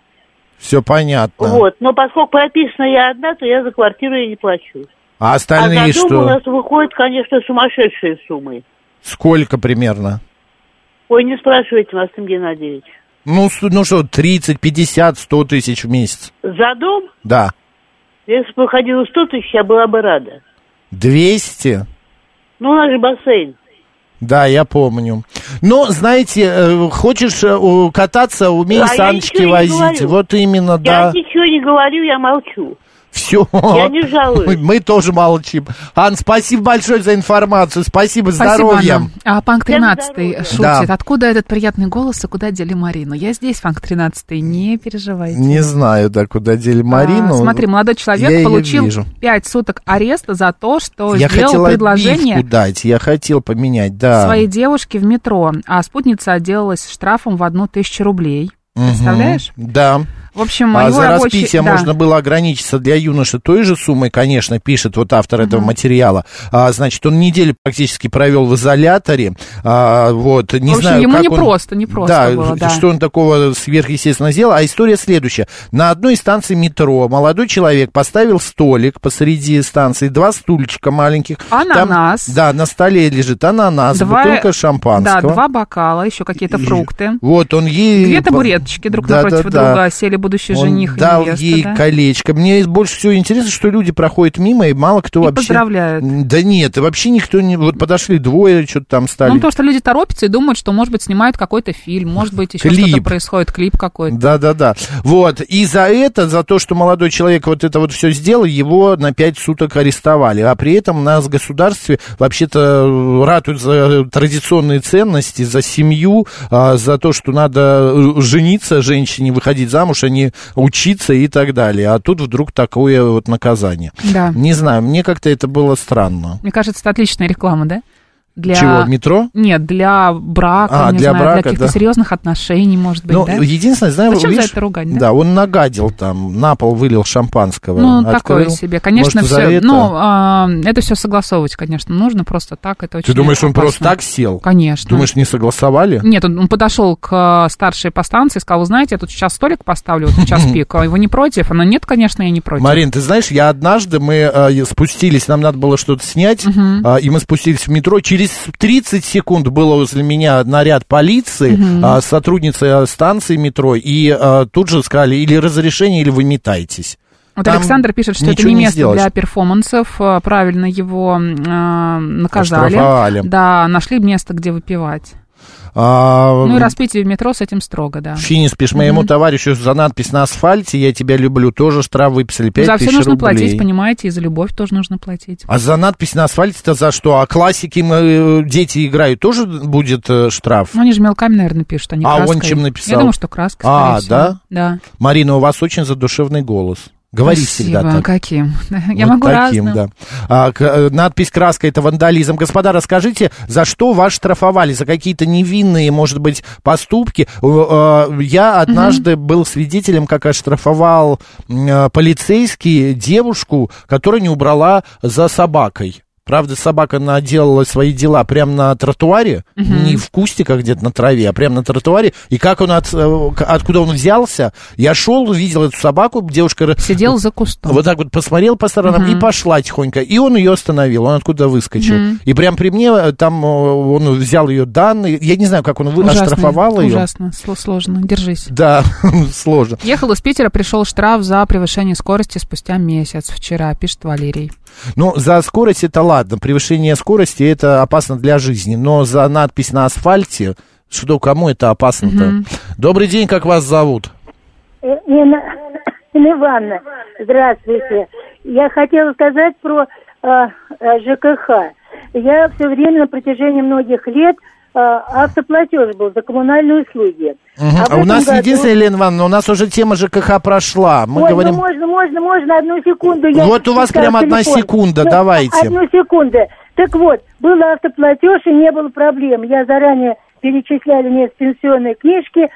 [SPEAKER 4] Все понятно.
[SPEAKER 9] Вот. Но поскольку прописана я одна, то я за квартиру и не плачу.
[SPEAKER 4] А остальные
[SPEAKER 9] а за дом у
[SPEAKER 4] что?
[SPEAKER 9] нас выходят, конечно, сумасшедшие суммы.
[SPEAKER 4] Сколько примерно?
[SPEAKER 9] Ой, не спрашивайте, Максим Геннадьевич.
[SPEAKER 4] Ну, с- ну что, 30, 50, 100 тысяч в месяц.
[SPEAKER 9] За дом,
[SPEAKER 4] Да.
[SPEAKER 9] если бы выходило 100 тысяч, я была бы рада.
[SPEAKER 4] 200?
[SPEAKER 9] Ну, у нас же бассейн.
[SPEAKER 4] Да, я помню. Но, знаете, э, хочешь э, у- кататься, умей
[SPEAKER 9] А я
[SPEAKER 4] саночки
[SPEAKER 9] ничего не
[SPEAKER 4] возить.
[SPEAKER 9] говорю.
[SPEAKER 4] Вот именно, да.
[SPEAKER 9] Я ничего не говорю, я молчу.
[SPEAKER 4] Все.
[SPEAKER 9] Я не жалуюсь.
[SPEAKER 4] (laughs) Мы тоже молчим. Ан, спасибо большое за информацию. Спасибо,
[SPEAKER 2] Спасибо,
[SPEAKER 4] здоровьем.
[SPEAKER 2] Анна. А Панк
[SPEAKER 9] Всем
[SPEAKER 2] 13 шутит.
[SPEAKER 4] здоровья. Да.
[SPEAKER 2] Откуда этот приятный голос и куда дели Марину? Я здесь, Панк 13 не переживайте.
[SPEAKER 4] Не знаю, да, куда дели Марину.
[SPEAKER 2] А, смотри, молодой
[SPEAKER 4] я
[SPEAKER 2] человек
[SPEAKER 4] её
[SPEAKER 2] получил
[SPEAKER 4] вижу.
[SPEAKER 2] 5 суток ареста за то, что
[SPEAKER 4] я
[SPEAKER 2] сделал
[SPEAKER 4] хотел
[SPEAKER 2] предложение
[SPEAKER 4] обивку дать, я хотел поменять, да.
[SPEAKER 2] своей девушке в метро, а спутница отделалась штрафом в одну тысячу рублей. Представляешь?
[SPEAKER 4] Мгм, Да.
[SPEAKER 2] В общем,
[SPEAKER 4] А
[SPEAKER 2] его
[SPEAKER 4] за
[SPEAKER 2] рабочий-
[SPEAKER 4] распитие
[SPEAKER 2] да.
[SPEAKER 4] можно было ограничиться для юноши той же суммой, конечно, пишет вот автор этого материала. А, значит, он неделю практически провел в изоляторе. А, вот, не
[SPEAKER 2] В общем,
[SPEAKER 4] знаю,
[SPEAKER 2] ему
[SPEAKER 4] как
[SPEAKER 2] не
[SPEAKER 4] он-
[SPEAKER 2] просто, не просто
[SPEAKER 4] да,
[SPEAKER 2] было, да.
[SPEAKER 4] что он такого сверхъестественно сделал. А история следующая. На одной станции метро молодой человек поставил столик посреди станции, два стульчика маленьких. Там-
[SPEAKER 2] Ананас.
[SPEAKER 4] да, на столе лежит ананас,
[SPEAKER 2] Два-
[SPEAKER 4] бутылка шампанского.
[SPEAKER 2] Да, два бокала, еще какие-то
[SPEAKER 4] И-
[SPEAKER 2] фрукты.
[SPEAKER 4] Вот он ей...
[SPEAKER 2] Две табуреточки друг
[SPEAKER 4] Да,
[SPEAKER 2] напротив
[SPEAKER 4] да, да.
[SPEAKER 2] друга сели будущий
[SPEAKER 4] Он
[SPEAKER 2] жених и
[SPEAKER 4] дал
[SPEAKER 2] невеста,
[SPEAKER 4] ей
[SPEAKER 2] да?
[SPEAKER 4] колечко. Мне больше всего интересно, что люди проходят мимо, и мало кто
[SPEAKER 2] И
[SPEAKER 4] вообще...
[SPEAKER 2] поздравляют. Ну,
[SPEAKER 4] Да нет, и вообще никто не... Вот подошли двое, что-то там стали...
[SPEAKER 2] Ну, потому что люди торопятся и думают, что, может быть, снимают какой-то фильм, может быть, еще
[SPEAKER 4] Клип.
[SPEAKER 2] что-то происходит, клип какой-то.
[SPEAKER 4] Да, да, да. Вот. И за это, за то, что молодой человек вот это вот все сделал, его на пять суток арестовали. А при этом у нас в государстве вообще-то э, ратуют за традиционные ценности, за семью, а, за то, что надо э, жениться женщине, выходить замуж, а не учиться и так далее. А тут вдруг такое вот наказание.
[SPEAKER 2] Да.
[SPEAKER 4] Не знаю, мне как-то это было странно.
[SPEAKER 2] Мне кажется, это отличная реклама, да? Для...
[SPEAKER 4] Чего, метро?
[SPEAKER 2] Нет, для брака,
[SPEAKER 4] А,
[SPEAKER 2] не
[SPEAKER 4] для
[SPEAKER 2] знаю,
[SPEAKER 4] брака,
[SPEAKER 2] для каких-то
[SPEAKER 4] да.
[SPEAKER 2] серьезных отношений, может быть,
[SPEAKER 4] Ну,
[SPEAKER 2] да?
[SPEAKER 4] единственное, знаю,
[SPEAKER 2] Зачем за
[SPEAKER 4] видишь,
[SPEAKER 2] это ругать, да?
[SPEAKER 4] да? он нагадил там, на пол вылил шампанского.
[SPEAKER 2] Ну, такое
[SPEAKER 4] открыл.
[SPEAKER 2] себе. Конечно,
[SPEAKER 4] Может, за
[SPEAKER 2] все.
[SPEAKER 4] это?
[SPEAKER 2] Ну, а, это все согласовывать, конечно, нужно. Просто так это очень
[SPEAKER 4] Ты думаешь, он
[SPEAKER 2] опасно.
[SPEAKER 4] просто так сел?
[SPEAKER 2] Конечно.
[SPEAKER 4] Думаешь, не согласовали?
[SPEAKER 2] Нет, он, он подошел к э, старшей по станции и сказал, вы знаете, я тут сейчас столик поставлю, вот в час пик. А Вы не против? Она, нет, конечно, я не против.
[SPEAKER 4] Марин, ты знаешь, я однажды, мы э, спустились, нам надо было что-то снять, э, и мы спустились в метро. Через 30 секунд было возле меня наряд полиции, э, сотрудница э, станции метро, и э, тут же сказали, или разрешение, или вы метайтесь.
[SPEAKER 2] Вот
[SPEAKER 4] Там
[SPEAKER 2] Александр пишет, что это
[SPEAKER 4] ничего
[SPEAKER 2] не
[SPEAKER 4] не
[SPEAKER 2] место
[SPEAKER 4] сделаешь.
[SPEAKER 2] для перформансов. э, Правильно его м, э, наказали.
[SPEAKER 4] Оштрафовали.
[SPEAKER 2] Да, нашли место, где выпивать.
[SPEAKER 4] А,
[SPEAKER 2] Ну и распитие в метро с этим строго, да.
[SPEAKER 4] Финис пишет моему товарищу за надпись на асфальте «Я тебя люблю» тоже штраф выписали, 5
[SPEAKER 2] За все
[SPEAKER 4] тысяч
[SPEAKER 2] нужно
[SPEAKER 4] рублей.
[SPEAKER 2] платить, понимаете, и за любовь тоже нужно платить.
[SPEAKER 4] А за надпись на асфальте-то за что? А классики мы, э, дети играют, тоже будет э, штраф?
[SPEAKER 2] Ну, они же мелками, наверное, пишут, а не
[SPEAKER 4] А он
[SPEAKER 2] краской.
[SPEAKER 4] чем написал?
[SPEAKER 2] Я думаю, что краска, скорее
[SPEAKER 4] А,
[SPEAKER 2] всего.
[SPEAKER 4] да?
[SPEAKER 2] Да.
[SPEAKER 4] Марина, у вас очень задушевный голос. Говори
[SPEAKER 2] Спасибо.
[SPEAKER 4] всегда так.
[SPEAKER 2] Каким? (laughs) Я
[SPEAKER 4] Вот
[SPEAKER 2] могу
[SPEAKER 4] таким,
[SPEAKER 2] разным.
[SPEAKER 4] да. А, к- э, надпись краска это вандализм. Господа, расскажите, за что вас штрафовали? За какие-то невинные, может быть, поступки? Э, э, Я однажды был свидетелем, как оштрафовал м, э, полицейский девушку, которая не убрала за собакой. Правда, собака наделала свои дела прямо на тротуаре, не в кустиках где-то на траве, а прямо на тротуаре. И как он от, э, к- откуда он взялся? Я шел, видел эту собаку, девушка
[SPEAKER 2] Сидел за кустом.
[SPEAKER 4] вот так вот посмотрел по сторонам и пошла тихонько. И он ее остановил, он откуда выскочил. И прям при мне э, там э, он взял ее данные. Я не знаю, как он вы...
[SPEAKER 2] Ужасно,
[SPEAKER 4] оштрафовал ее.
[SPEAKER 2] Ужасно, сло- сложно. Держись.
[SPEAKER 4] Да, (laughs) сложно.
[SPEAKER 2] Ехал из Питера, пришел штраф за превышение скорости спустя месяц. Вчера, пишет Валерий.
[SPEAKER 4] Ну, за скорость это ладно, превышение скорости это опасно для жизни, но за надпись на асфальте, что кому это опасно-то? Добрый день, как вас зовут?
[SPEAKER 9] Э, Нина, Нина Ивановна, здравствуйте. Я хотела сказать про э, э, ЖКХ. Я все время на протяжении многих лет э, автоплатеж был за коммунальные услуги. в
[SPEAKER 4] А у
[SPEAKER 9] этом
[SPEAKER 4] нас
[SPEAKER 9] году-
[SPEAKER 4] единственное, Елена Ивановна, у нас уже тема ЖКХ прошла. Мы
[SPEAKER 9] Ой,
[SPEAKER 4] говорим...
[SPEAKER 9] ну можно, можно, можно, одну секунду. Я
[SPEAKER 4] Вот у вас
[SPEAKER 9] искала
[SPEAKER 4] прям одна
[SPEAKER 9] телефон.
[SPEAKER 4] секунда,
[SPEAKER 9] Ну,
[SPEAKER 4] давайте.
[SPEAKER 9] Одну секунду. Так вот, был автоплатеж и не было проблем. Я заранее перечисляли мне с пенсионной книжки э,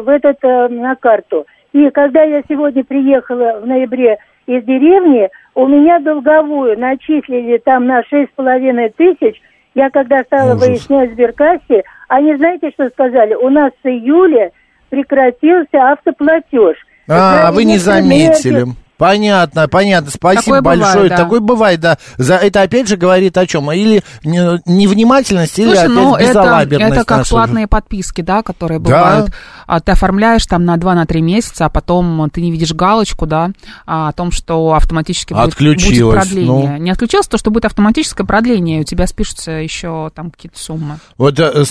[SPEAKER 9] в этот, э, на карту. И когда я сегодня приехала в ноябре из деревни, у меня долговую начислили там на шесть с половиной тысяч. Я когда стала
[SPEAKER 4] Ужас.
[SPEAKER 9] выяснять в сберкассе, они знаете, что сказали? У нас с июля прекратился автоплатеж.
[SPEAKER 4] А,
[SPEAKER 9] Да,
[SPEAKER 4] вы не
[SPEAKER 9] нет, нет,
[SPEAKER 4] заметили. Понятно, понятно. Спасибо
[SPEAKER 2] Такое бывает,
[SPEAKER 4] большое.
[SPEAKER 2] да.
[SPEAKER 4] Такое бывает, да. За это опять же говорит о чем? Или не- невнимательность, или
[SPEAKER 2] Слушай,
[SPEAKER 4] опять
[SPEAKER 2] ну это,
[SPEAKER 4] безалаберность
[SPEAKER 2] это как
[SPEAKER 4] наша.
[SPEAKER 2] платные подписки, да, которые бывают. А, ты оформляешь там на 2-3 месяца, а потом ты не видишь галочку, да, а, о том, что автоматически будет, будет
[SPEAKER 4] Отключилось, ну.
[SPEAKER 2] продление. Не отключилось, то, что будет автоматическое продление, и у тебя спишутся еще там какие-то суммы.
[SPEAKER 4] Вот э,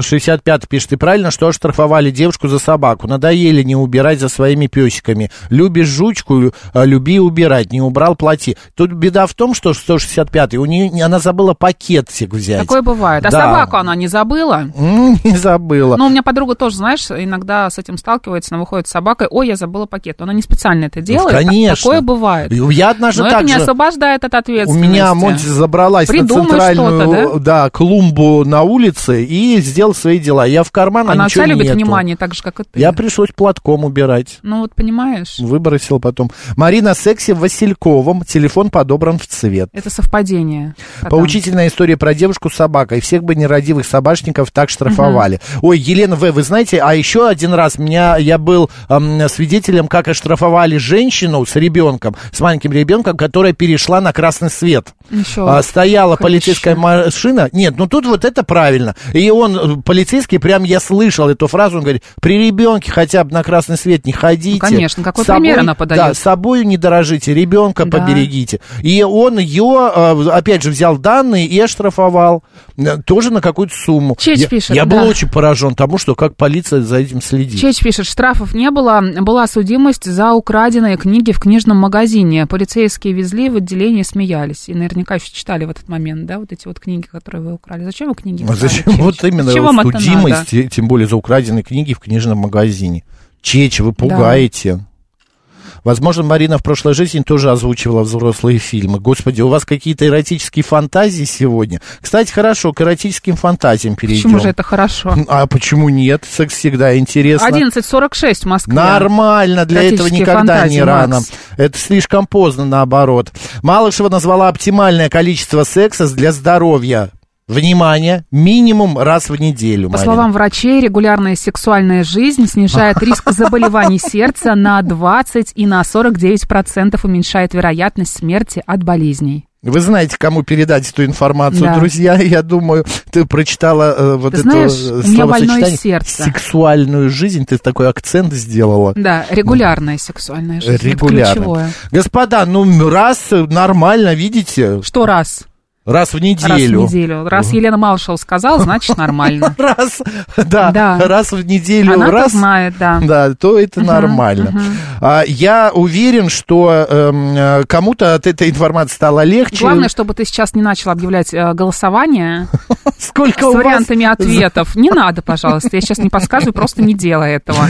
[SPEAKER 4] 165 пишет, и правильно, что оштрафовали девушку за собаку. Надоели не убирать за своими песиками. Любишь жучку, э, люби убирать. Не убрал, плати. Тут беда в том, что 165 у нее, она забыла пакетик взять.
[SPEAKER 2] Такое бывает. А
[SPEAKER 4] Да.
[SPEAKER 2] собаку она не забыла.
[SPEAKER 4] М, Не забыла.
[SPEAKER 2] Ну, у меня подруга тоже, знаешь, иногда с этим сталкивается, она выходит с собакой, ой, я забыла пакет. Но Она не специально это делает. Так-
[SPEAKER 4] конечно.
[SPEAKER 2] Такое бывает.
[SPEAKER 4] Я однажды
[SPEAKER 2] Но это
[SPEAKER 4] так
[SPEAKER 2] не
[SPEAKER 4] же...
[SPEAKER 2] освобождает от
[SPEAKER 4] У
[SPEAKER 2] ответственности.
[SPEAKER 4] меня Монти забралась
[SPEAKER 2] Придумай
[SPEAKER 4] на центральную
[SPEAKER 2] что-то,
[SPEAKER 4] да? клумбу на улице и сделал свои дела. Я в карман, а
[SPEAKER 2] Она
[SPEAKER 4] ничего
[SPEAKER 2] вся любит
[SPEAKER 4] нету.
[SPEAKER 2] внимание, так же, как и ты.
[SPEAKER 4] Я пришлось платком убирать.
[SPEAKER 2] Ну, вот понимаешь,
[SPEAKER 4] Выбросил потом. Марина Секси Васильковым. Телефон подобран в цвет.
[SPEAKER 2] это совпадение. Потом.
[SPEAKER 4] Поучительная история про девушку с собакой. Всех бы нерадивых собачников так штрафовали. Ой, Елена В, вы знаете, а еще один раз меня, я был эм, свидетелем, как оштрафовали женщину с ребенком, с маленьким ребенком, которая перешла на красный свет.
[SPEAKER 2] Ничего.
[SPEAKER 4] А, стояла
[SPEAKER 2] Как
[SPEAKER 4] полицейская
[SPEAKER 2] еще?
[SPEAKER 4] машина. Нет, ну тут вот это правильно. И он, э, полицейский, прям я слышал эту фразу, он говорит, при ребенке хотя бы на красный свет не ходите.
[SPEAKER 2] Ну, конечно, какой
[SPEAKER 4] С собой-
[SPEAKER 2] пример она подает.
[SPEAKER 4] Да, собою не дорожите, ребенка
[SPEAKER 2] Да.
[SPEAKER 4] поберегите. И он ее, э, опять же, взял данные и оштрафовал. Э, Тоже на какую-то сумму.
[SPEAKER 2] Чеч
[SPEAKER 4] я,
[SPEAKER 2] пишет,
[SPEAKER 4] Я
[SPEAKER 2] да.
[SPEAKER 4] был очень поражен тому, что как полиция за этим следит.
[SPEAKER 2] Чеч пишет, штрафов не было, была судимость за украденные книги в книжном магазине. Полицейские везли в отделение, смеялись. И наверняка еще читали в этот момент, да, вот эти вот книги, которые вы украли. Зачем вы книги
[SPEAKER 4] А
[SPEAKER 2] украли,
[SPEAKER 4] Зачем?
[SPEAKER 2] Чеч?
[SPEAKER 4] Вот именно
[SPEAKER 2] Зачем вам это надо?
[SPEAKER 4] судимость, те- тем более за украденные книги в книжном магазине. Чечь, вы пугаете. Возможно, Марина в прошлой жизни тоже озвучивала взрослые фильмы. Господи, у вас какие-то эротические фантазии сегодня? Кстати, хорошо, к эротическим фантазиям перейдем.
[SPEAKER 2] Почему же это хорошо?
[SPEAKER 4] А почему нет? Секс всегда интересно.
[SPEAKER 2] 11.46 в Москве.
[SPEAKER 4] Нормально, для этого
[SPEAKER 2] Эротические
[SPEAKER 4] никогда
[SPEAKER 2] фантазии,
[SPEAKER 4] не рано.
[SPEAKER 2] Макс.
[SPEAKER 4] Это слишком поздно, наоборот. Малышева назвала оптимальное количество секса для здоровья. Внимание, минимум раз в неделю.
[SPEAKER 2] По
[SPEAKER 4] Марина.
[SPEAKER 2] словам врачей, регулярная сексуальная жизнь
[SPEAKER 4] (laughs)
[SPEAKER 2] снижает риск заболеваний сердца на 20 и на 49% уменьшает вероятность смерти от болезней.
[SPEAKER 4] Вы знаете, кому передать эту информацию,
[SPEAKER 2] Да.
[SPEAKER 4] друзья. (laughs) Я думаю, ты прочитала э, вот
[SPEAKER 2] Ты
[SPEAKER 4] это
[SPEAKER 2] знаешь,
[SPEAKER 4] э,
[SPEAKER 2] у меня больное
[SPEAKER 4] словосочетание
[SPEAKER 2] сердце.
[SPEAKER 4] Сексуальную жизнь. Ты такой акцент сделала.
[SPEAKER 2] Да, регулярная сексуальная жизнь. это
[SPEAKER 4] Регулярно.
[SPEAKER 2] ключевое.
[SPEAKER 4] Господа, ну раз э, нормально, видите,
[SPEAKER 2] Что раз?
[SPEAKER 4] раз в
[SPEAKER 2] Раз в
[SPEAKER 4] неделю.
[SPEAKER 2] неделю. Раз Елена Малышева сказала, значит нормально.
[SPEAKER 4] Раз, да,
[SPEAKER 2] Да.
[SPEAKER 4] раз в (laughs) неделю,
[SPEAKER 2] Она
[SPEAKER 4] раз.
[SPEAKER 2] знает, да.
[SPEAKER 4] Да, то это нормально. А, я уверен, что эм, э, кому-то от этой информации стало легче.
[SPEAKER 2] Главное, чтобы ты сейчас не начал объявлять э, голосование
[SPEAKER 4] (laughs) сколько у
[SPEAKER 2] с
[SPEAKER 4] вас-
[SPEAKER 2] вариантами ответов. Не надо, пожалуйста. Я сейчас не подсказываю, просто не делай этого.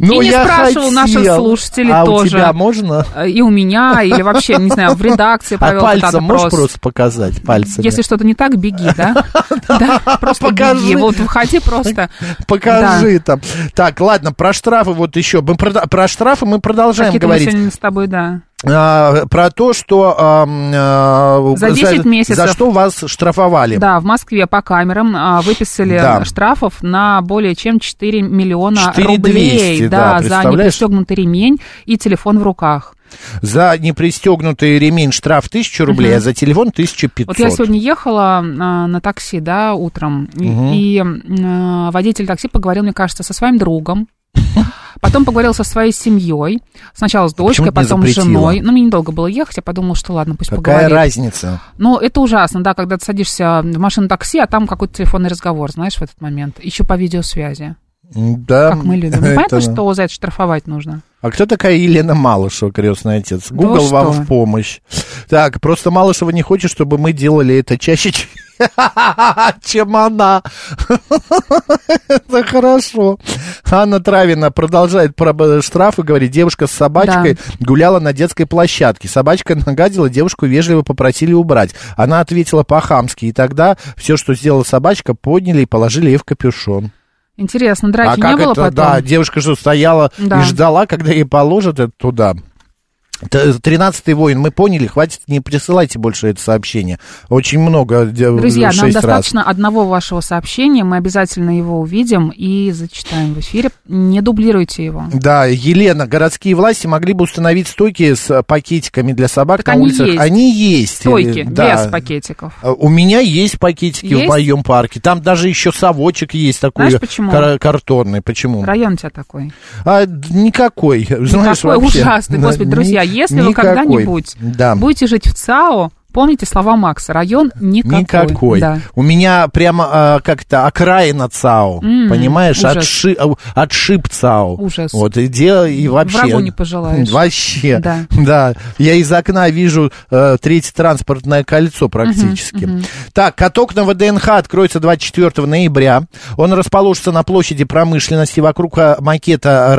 [SPEAKER 4] Ну,
[SPEAKER 2] И не
[SPEAKER 4] я
[SPEAKER 2] спрашивал наших
[SPEAKER 4] хотел.
[SPEAKER 2] слушателей
[SPEAKER 4] а
[SPEAKER 2] тоже.
[SPEAKER 4] у тебя можно?
[SPEAKER 2] Э, И у меня, или вообще, не знаю, в редакции
[SPEAKER 4] А
[SPEAKER 2] провел этот
[SPEAKER 4] пальцем можешь
[SPEAKER 2] опрос.
[SPEAKER 4] просто показать пальцем?
[SPEAKER 2] Если что-то не так, беги,
[SPEAKER 4] (laughs)
[SPEAKER 2] да? Да, просто
[SPEAKER 4] Покажи.
[SPEAKER 2] беги. Вот выходи просто.
[SPEAKER 4] Покажи там. Так, ладно, про штрафы вот еще. Мы прода- про штрафы мы продолжаем
[SPEAKER 2] Какие-то мы
[SPEAKER 4] говорить.
[SPEAKER 2] сегодня с тобой, да.
[SPEAKER 4] А, про то, что ам, а,
[SPEAKER 2] За 10 месяцев.
[SPEAKER 4] за что вас штрафовали.
[SPEAKER 2] Да, в Москве по камерам а, выписали
[SPEAKER 4] Да.
[SPEAKER 2] штрафов на более чем 4 миллиона
[SPEAKER 4] 4 200,
[SPEAKER 2] рублей.
[SPEAKER 4] да,
[SPEAKER 2] за
[SPEAKER 4] представляешь?
[SPEAKER 2] непристегнутый ремень и телефон в руках.
[SPEAKER 4] За непристегнутый ремень штраф 1000 рублей, а за телефон 1500.
[SPEAKER 2] Вот я сегодня ехала а, на такси, да, утром, и- и м, а, водитель такси поговорил, мне кажется, со своим
[SPEAKER 4] (laughs)
[SPEAKER 2] другом. Потом поговорил со своей семьей. Сначала с
[SPEAKER 4] А Почему
[SPEAKER 2] дочкой,
[SPEAKER 4] ты не
[SPEAKER 2] потом с
[SPEAKER 4] запретила?
[SPEAKER 2] женой. Ну, мне недолго было ехать, я подумала, что ладно, пусть
[SPEAKER 4] Какая
[SPEAKER 2] поговорит.
[SPEAKER 4] разница?
[SPEAKER 2] Но это ужасно, да, когда ты садишься в машину такси, а там какой-то телефонный разговор, знаешь, в этот момент. Еще по видеосвязи,
[SPEAKER 4] М, Да,
[SPEAKER 2] как мы любим.
[SPEAKER 4] (laughs) это-
[SPEAKER 2] Ну, Понятно, что за это штрафовать нужно.
[SPEAKER 4] А кто такая Елена Малышева, крестный отец?
[SPEAKER 2] вы
[SPEAKER 4] Гугл вам
[SPEAKER 2] что?
[SPEAKER 4] в помощь. Так, просто Малышева не хочет, чтобы мы делали это чаще, чем- (laughs) чем она. (laughs) Это хорошо. Анна Травина продолжает про б- штрафы, говорит, девушка с собачкой гуляла на детской площадке. Собачка нагадила, девушку вежливо попросили убрать. Она ответила по-хамски, и тогда все, что сделала собачка, подняли и положили ей в капюшон.
[SPEAKER 2] Интересно,
[SPEAKER 4] А
[SPEAKER 2] драки не
[SPEAKER 4] как
[SPEAKER 2] было
[SPEAKER 4] это,
[SPEAKER 2] потом?
[SPEAKER 4] да, девушка что стояла
[SPEAKER 2] Да.
[SPEAKER 4] и ждала, когда ей положат это туда. Т- Тринадцатый воин, мы поняли, хватит, не присылайте больше это сообщение. Очень много, де-
[SPEAKER 2] Друзья, нам
[SPEAKER 4] шесть раз.
[SPEAKER 2] достаточно одного вашего сообщения, мы обязательно его увидим и зачитаем в эфире. Не дублируйте его.
[SPEAKER 4] Да, Елена, городские власти могли бы установить стойки с э, пакетиками для собак
[SPEAKER 2] Так
[SPEAKER 4] на
[SPEAKER 2] они
[SPEAKER 4] улицах.
[SPEAKER 2] есть.
[SPEAKER 4] Они есть.
[SPEAKER 2] Стойки,
[SPEAKER 4] э, да.
[SPEAKER 2] без пакетиков.
[SPEAKER 4] Э, У меня есть пакетики в
[SPEAKER 2] Есть?
[SPEAKER 4] моем парке. Там даже еще совочек есть такой
[SPEAKER 2] Знаешь, почему?
[SPEAKER 4] кар- картонный. Почему?
[SPEAKER 2] Район у тебя такой.
[SPEAKER 4] А, д- никакой. Знаешь,
[SPEAKER 2] Никакой
[SPEAKER 4] вообще.
[SPEAKER 2] ужасный.
[SPEAKER 4] (laughs) Да,
[SPEAKER 2] Господи,
[SPEAKER 4] ни-
[SPEAKER 2] друзья, если вы
[SPEAKER 4] никакой.
[SPEAKER 2] когда-нибудь
[SPEAKER 4] Да.
[SPEAKER 2] Будете жить в ЦАО, помните слова Макса, район никакой.
[SPEAKER 4] Никакой.
[SPEAKER 2] Да.
[SPEAKER 4] У меня прямо а, как-то окраина ЦАО,
[SPEAKER 2] М,
[SPEAKER 4] понимаешь,
[SPEAKER 2] ужас.
[SPEAKER 4] отши- ау, отшиб ЦАО.
[SPEAKER 2] Ужас.
[SPEAKER 4] Вот, и, де- и вообще...
[SPEAKER 2] Врагу не пожелаешь.
[SPEAKER 4] (laughs) Вообще,
[SPEAKER 2] Да.
[SPEAKER 4] да. Я из окна вижу э, третье транспортное кольцо практически. Так, каток на ВДНХ откроется 24 ноября. Он расположится на площади промышленности вокруг э, макета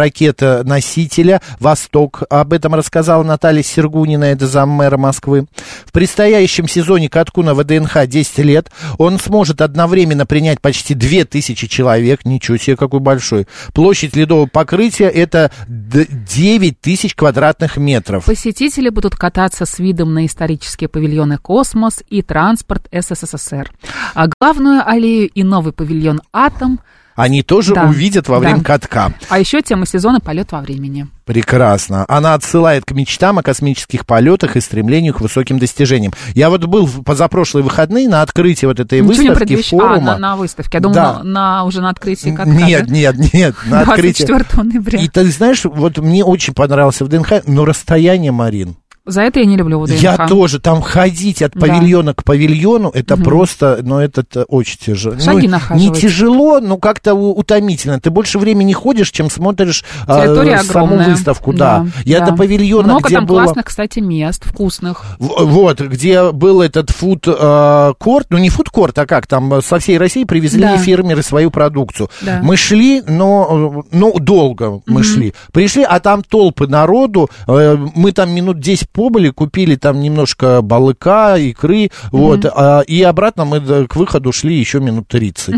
[SPEAKER 4] ракета-носителя «Восток». Об этом рассказала Наталья Сергунина, это заммэра Москвы. В предстоящем сезоне катку на ВДНХ 10 лет. Он сможет одновременно принять почти 2000 человек. Ничего себе, какой большой. Площадь ледового покрытия – это д- 9000 квадратных метров.
[SPEAKER 2] Посетители будут кататься с видом на исторические павильоны «Космос» и транспорт СССР. А главную аллею и новый павильон «Атом»,
[SPEAKER 4] Они тоже
[SPEAKER 2] Да.
[SPEAKER 4] увидят во время
[SPEAKER 2] Да.
[SPEAKER 4] катка.
[SPEAKER 2] а еще тема сезона «Полет во времени».
[SPEAKER 4] Прекрасно. Она отсылает к мечтам о космических полетах и стремлению к высоким достижениям. Я вот был в позапрошлые выходные на открытии вот этой
[SPEAKER 2] Ничего не
[SPEAKER 4] выставки
[SPEAKER 2] предвещ- А,
[SPEAKER 4] форума.
[SPEAKER 2] на, на выставке. Я думала, на,
[SPEAKER 4] Да.
[SPEAKER 2] на- уже на открытии катка.
[SPEAKER 4] нет,
[SPEAKER 2] да?
[SPEAKER 4] нет, нет,
[SPEAKER 2] (laughs)
[SPEAKER 4] на открытии.
[SPEAKER 2] 24 ноября.
[SPEAKER 4] И ты знаешь, вот мне очень понравился ВДНХ, но расстояние, Марин,
[SPEAKER 2] За это я не люблю ВДНХ.
[SPEAKER 4] Я тоже, там ходить от
[SPEAKER 2] Да.
[SPEAKER 4] павильона к павильону, это просто, ну, это т- очень тяжело.
[SPEAKER 2] Шаги
[SPEAKER 4] Ну, Не
[SPEAKER 2] нахаживать.
[SPEAKER 4] тяжело, но как-то у- утомительно. Ты больше времени ходишь, чем смотришь а,
[SPEAKER 2] Территория
[SPEAKER 4] саму
[SPEAKER 2] огромная.
[SPEAKER 4] выставку, да. Я
[SPEAKER 2] да.
[SPEAKER 4] до павильона,
[SPEAKER 2] Много
[SPEAKER 4] где
[SPEAKER 2] там
[SPEAKER 4] было...
[SPEAKER 2] классных, кстати, мест, вкусных.
[SPEAKER 4] В- Вот, где был этот фуд-корт, ну не фуд-корт, а как, там э, со всей России привезли
[SPEAKER 2] Да.
[SPEAKER 4] фермеры свою продукцию.
[SPEAKER 2] Да.
[SPEAKER 4] Мы шли, но, э, ну, долго мы шли. Пришли, а там толпы народу, э, мы там минут 10 побыли, купили там немножко балыка, икры, вот, а, и обратно мы до- к выходу шли еще минут 30.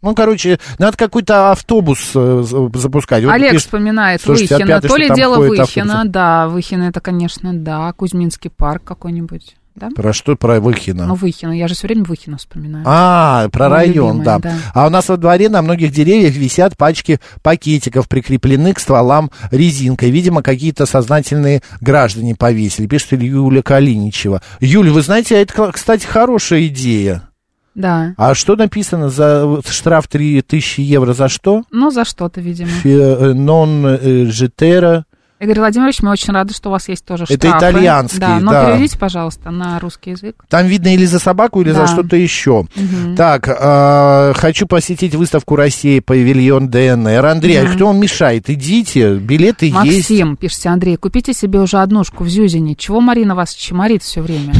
[SPEAKER 4] Ну, короче, надо какой-то автобус э, за- запускать. Вот
[SPEAKER 2] Олег
[SPEAKER 4] пишет-
[SPEAKER 2] вспоминает
[SPEAKER 4] Слушайте,
[SPEAKER 2] Выхино.
[SPEAKER 4] опять же,
[SPEAKER 2] То ли
[SPEAKER 4] там
[SPEAKER 2] дело
[SPEAKER 4] ходит
[SPEAKER 2] Выхино,
[SPEAKER 4] автобус.
[SPEAKER 2] да, Выхино это, конечно, да. Кузьминский парк какой-нибудь, да?
[SPEAKER 4] Про что? Про Выхина.
[SPEAKER 2] Ну, Выхино, я же все время Выхино вспоминаю.
[SPEAKER 4] А, про
[SPEAKER 2] Мой
[SPEAKER 4] район,
[SPEAKER 2] любимый,
[SPEAKER 4] да.
[SPEAKER 2] да.
[SPEAKER 4] А у нас во дворе на многих деревьях висят пачки пакетиков, прикреплены к стволам резинкой. Видимо, какие-то сознательные граждане повесили, пишет Юля Калиничева. Юль, вы знаете, это, кстати, хорошая идея.
[SPEAKER 2] Да.
[SPEAKER 4] А что написано за штраф 3000 евро за что? э,
[SPEAKER 2] Ну, за что-то, видимо.
[SPEAKER 4] Нон жетера.
[SPEAKER 2] Игорь Владимирович, мы очень рады, что у вас есть тоже
[SPEAKER 4] Это
[SPEAKER 2] штрафы.
[SPEAKER 4] итальянские,
[SPEAKER 2] Да, но
[SPEAKER 4] да.
[SPEAKER 2] переведите, пожалуйста, на русский язык.
[SPEAKER 4] Там видно или за собаку, или
[SPEAKER 2] Да.
[SPEAKER 4] за что-то еще. Так, э, хочу посетить выставку России, павильон ДНР. Андрей, а кто вам мешает? Идите, билеты есть.
[SPEAKER 2] Максим, пишите, Андрей, купите себе уже однушку в Зюзине. Чего Марина вас чморит все
[SPEAKER 4] (laughs)
[SPEAKER 2] время?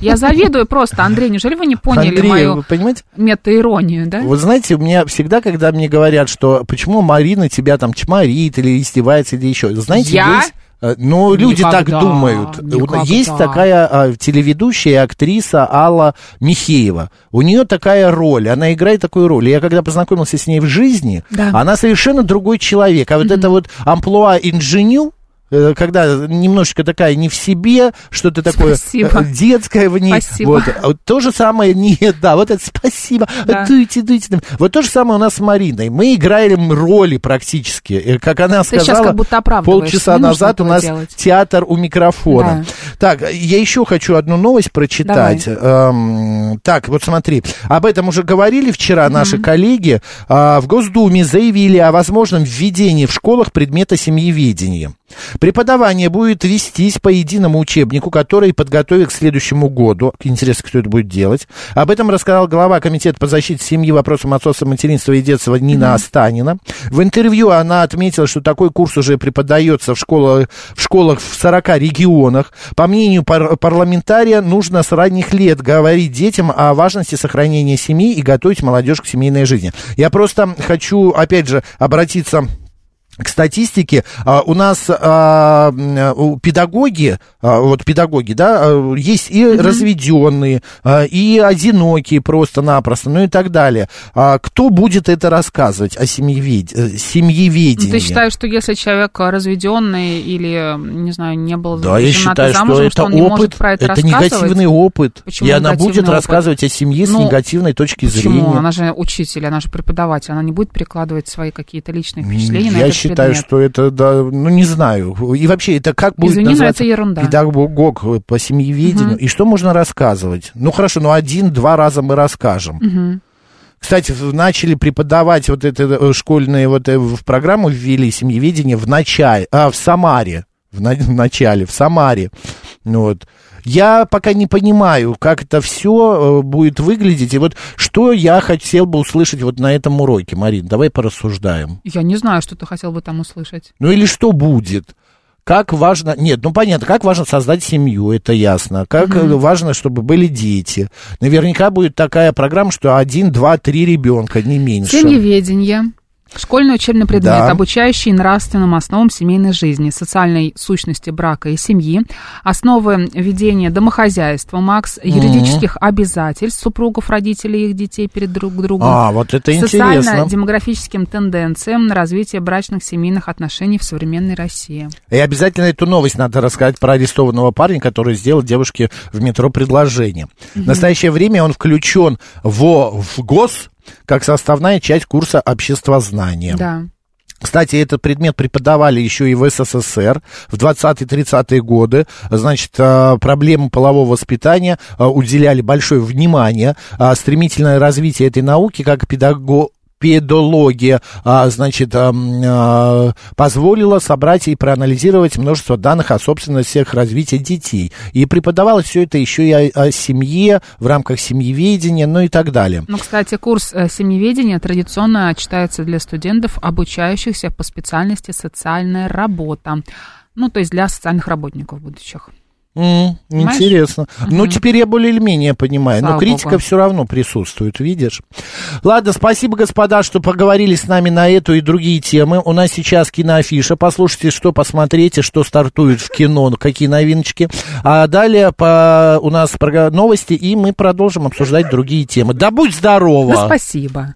[SPEAKER 2] Я завидую просто, Андрей, неужели вы не поняли
[SPEAKER 4] Андрей, вы
[SPEAKER 2] мою
[SPEAKER 4] понимаете?
[SPEAKER 2] метаиронию, да?
[SPEAKER 4] Вот знаете, у меня всегда, когда мне говорят, что почему Марина тебя там чморит или издевается, или еще, знаете,
[SPEAKER 2] Я?
[SPEAKER 4] есть... э, Ну, люди так
[SPEAKER 2] Никогда,
[SPEAKER 4] думают. У-
[SPEAKER 2] никогда.
[SPEAKER 4] Есть такая а, телеведущая и актриса Алла Михеева. У нее такая роль, она играет такую роль. Я когда познакомился с ней в жизни,
[SPEAKER 2] Да.
[SPEAKER 4] она совершенно другой человек. А вот это вот амплуа инженю, э, когда немножечко такая не в себе, что-то такое
[SPEAKER 2] Спасибо.
[SPEAKER 4] э, детское в ней.
[SPEAKER 2] Спасибо.
[SPEAKER 4] Вот. А вот то же самое, (laughs) нет, да, вот это спасибо,
[SPEAKER 2] Да.
[SPEAKER 4] дуйте, дуйте. там. Вот то же самое у нас с Мариной. Мы играли м роли практически. Э, Как она
[SPEAKER 2] Ты сейчас
[SPEAKER 4] сказала,
[SPEAKER 2] как будто оправдываешь.
[SPEAKER 4] полчаса
[SPEAKER 2] Не нужно
[SPEAKER 4] назад у
[SPEAKER 2] этого
[SPEAKER 4] нас
[SPEAKER 2] делать.
[SPEAKER 4] театр у микрофона. Так, э, я еще хочу одну новость прочитать. Эм, так, вот смотри, об этом уже говорили вчера наши коллеги. А, в Госдуме заявили о возможном введении в школах предмета семьеведения. Преподавание будет вестись по единому учебнику, который подготовит к следующему году. Интересно, кто это будет делать. Об этом рассказал глава Комитета по защите семьи, вопросам отцовства, материнства и детства Нина Останина. В интервью она отметила, что такой курс уже преподается в, школах в школах в 40 регионах. По мнению пар- парламентария, нужно с ранних лет говорить детям о важности сохранения семьи и готовить молодежь к семейной жизни. Я просто хочу, опять же, обратиться к статистике, А, у нас а, м, у педагоги, а, вот педагоги, да, а, есть и разведенные, а, и одинокие просто-напросто, ну и так далее. А Кто будет это рассказывать о семьевед- э, семьеведении?
[SPEAKER 2] Ну, ты Ну, считаешь, что если человек разведенный или, не знаю, не был
[SPEAKER 4] да, я
[SPEAKER 2] женат и
[SPEAKER 4] считаю, что
[SPEAKER 2] замужем,
[SPEAKER 4] это
[SPEAKER 2] он не
[SPEAKER 4] опыт,
[SPEAKER 2] может про это, рассказывать?
[SPEAKER 4] негативный опыт.
[SPEAKER 2] Почему
[SPEAKER 4] и она
[SPEAKER 2] негативный
[SPEAKER 4] будет
[SPEAKER 2] опыт?
[SPEAKER 4] рассказывать о семье с
[SPEAKER 2] Ну,
[SPEAKER 4] негативной точки
[SPEAKER 2] Почему?
[SPEAKER 4] зрения.
[SPEAKER 2] Она же учитель, она же преподаватель, она не будет перекладывать свои какие-то личные впечатления на
[SPEAKER 4] Я
[SPEAKER 2] этот
[SPEAKER 4] считаю,
[SPEAKER 2] предмет.
[SPEAKER 4] что это, да, ну, не знаю. И вообще, это как будет
[SPEAKER 2] Извини, но
[SPEAKER 4] называться
[SPEAKER 2] это ерунда.
[SPEAKER 4] педагог э, по семьеведению? И что можно рассказывать? Ну, хорошо, ну, один-два раза мы расскажем. Кстати, в- начали преподавать вот это э, школьные, вот э, в программу ввели семьеведение в начале, а, в Самаре, в, на- в начале, в Самаре, Ну вот. Я пока не понимаю, как это все будет выглядеть, и вот что я хотел бы услышать вот на этом уроке, Марин, давай порассуждаем.
[SPEAKER 2] Я не знаю, что ты хотел бы там услышать.
[SPEAKER 4] Ну или что будет? Как важно, нет, ну понятно, как важно создать семью, это ясно. Как э, важно, чтобы были дети. Наверняка будет такая программа, что один, два, три ребенка, не меньше.
[SPEAKER 2] Семьеведение. Школьный учебный предмет,
[SPEAKER 4] Ну Да.
[SPEAKER 2] обучающий нравственным основам семейной жизни, социальной сущности брака и семьи, основы ведения домохозяйства, Макс, юридических обязательств супругов, родителей и их детей перед друг другом.
[SPEAKER 4] А, вот это интересно.
[SPEAKER 2] социально-демографическим тенденциям развития брачных семейных отношений в современной России.
[SPEAKER 4] И обязательно эту новость надо рассказать про арестованного парня, который сделал девушке в метро предложение. В настоящее время он включен в, в ГОС как составная часть курса обществознания.
[SPEAKER 2] Да.
[SPEAKER 4] Кстати, этот предмет преподавали еще и в СССР в 20-30-е годы. Значит, э, проблемы полового воспитания э, уделяли большое внимание. А Стремительное развитие этой науки как педаго- педология, а, значит, а, м, а, позволила собрать и проанализировать множество данных о собственно всех развития детей. И преподавала все это еще и о, о семье, в рамках семьеведения, ну и так далее.
[SPEAKER 2] Ну, кстати, курс э, семьеведения традиционно читается для студентов, обучающихся по специальности социальная работа. Ну, то есть для социальных работников будущих.
[SPEAKER 4] М,
[SPEAKER 2] Понимаешь?
[SPEAKER 4] интересно. Ну,
[SPEAKER 2] Мгм.
[SPEAKER 4] теперь я более или менее понимаю. Но
[SPEAKER 2] Слава
[SPEAKER 4] критика
[SPEAKER 2] богу.
[SPEAKER 4] все равно присутствует, видишь? Ладно, спасибо, господа, что поговорили с нами на эту и другие темы. У нас сейчас киноафиша. Послушайте, что посмотрите, что стартует в кино, какие новиночки. А далее по... у нас прога- новости, и мы продолжим обсуждать другие темы. Да будь здорова!
[SPEAKER 2] Да Ну, спасибо.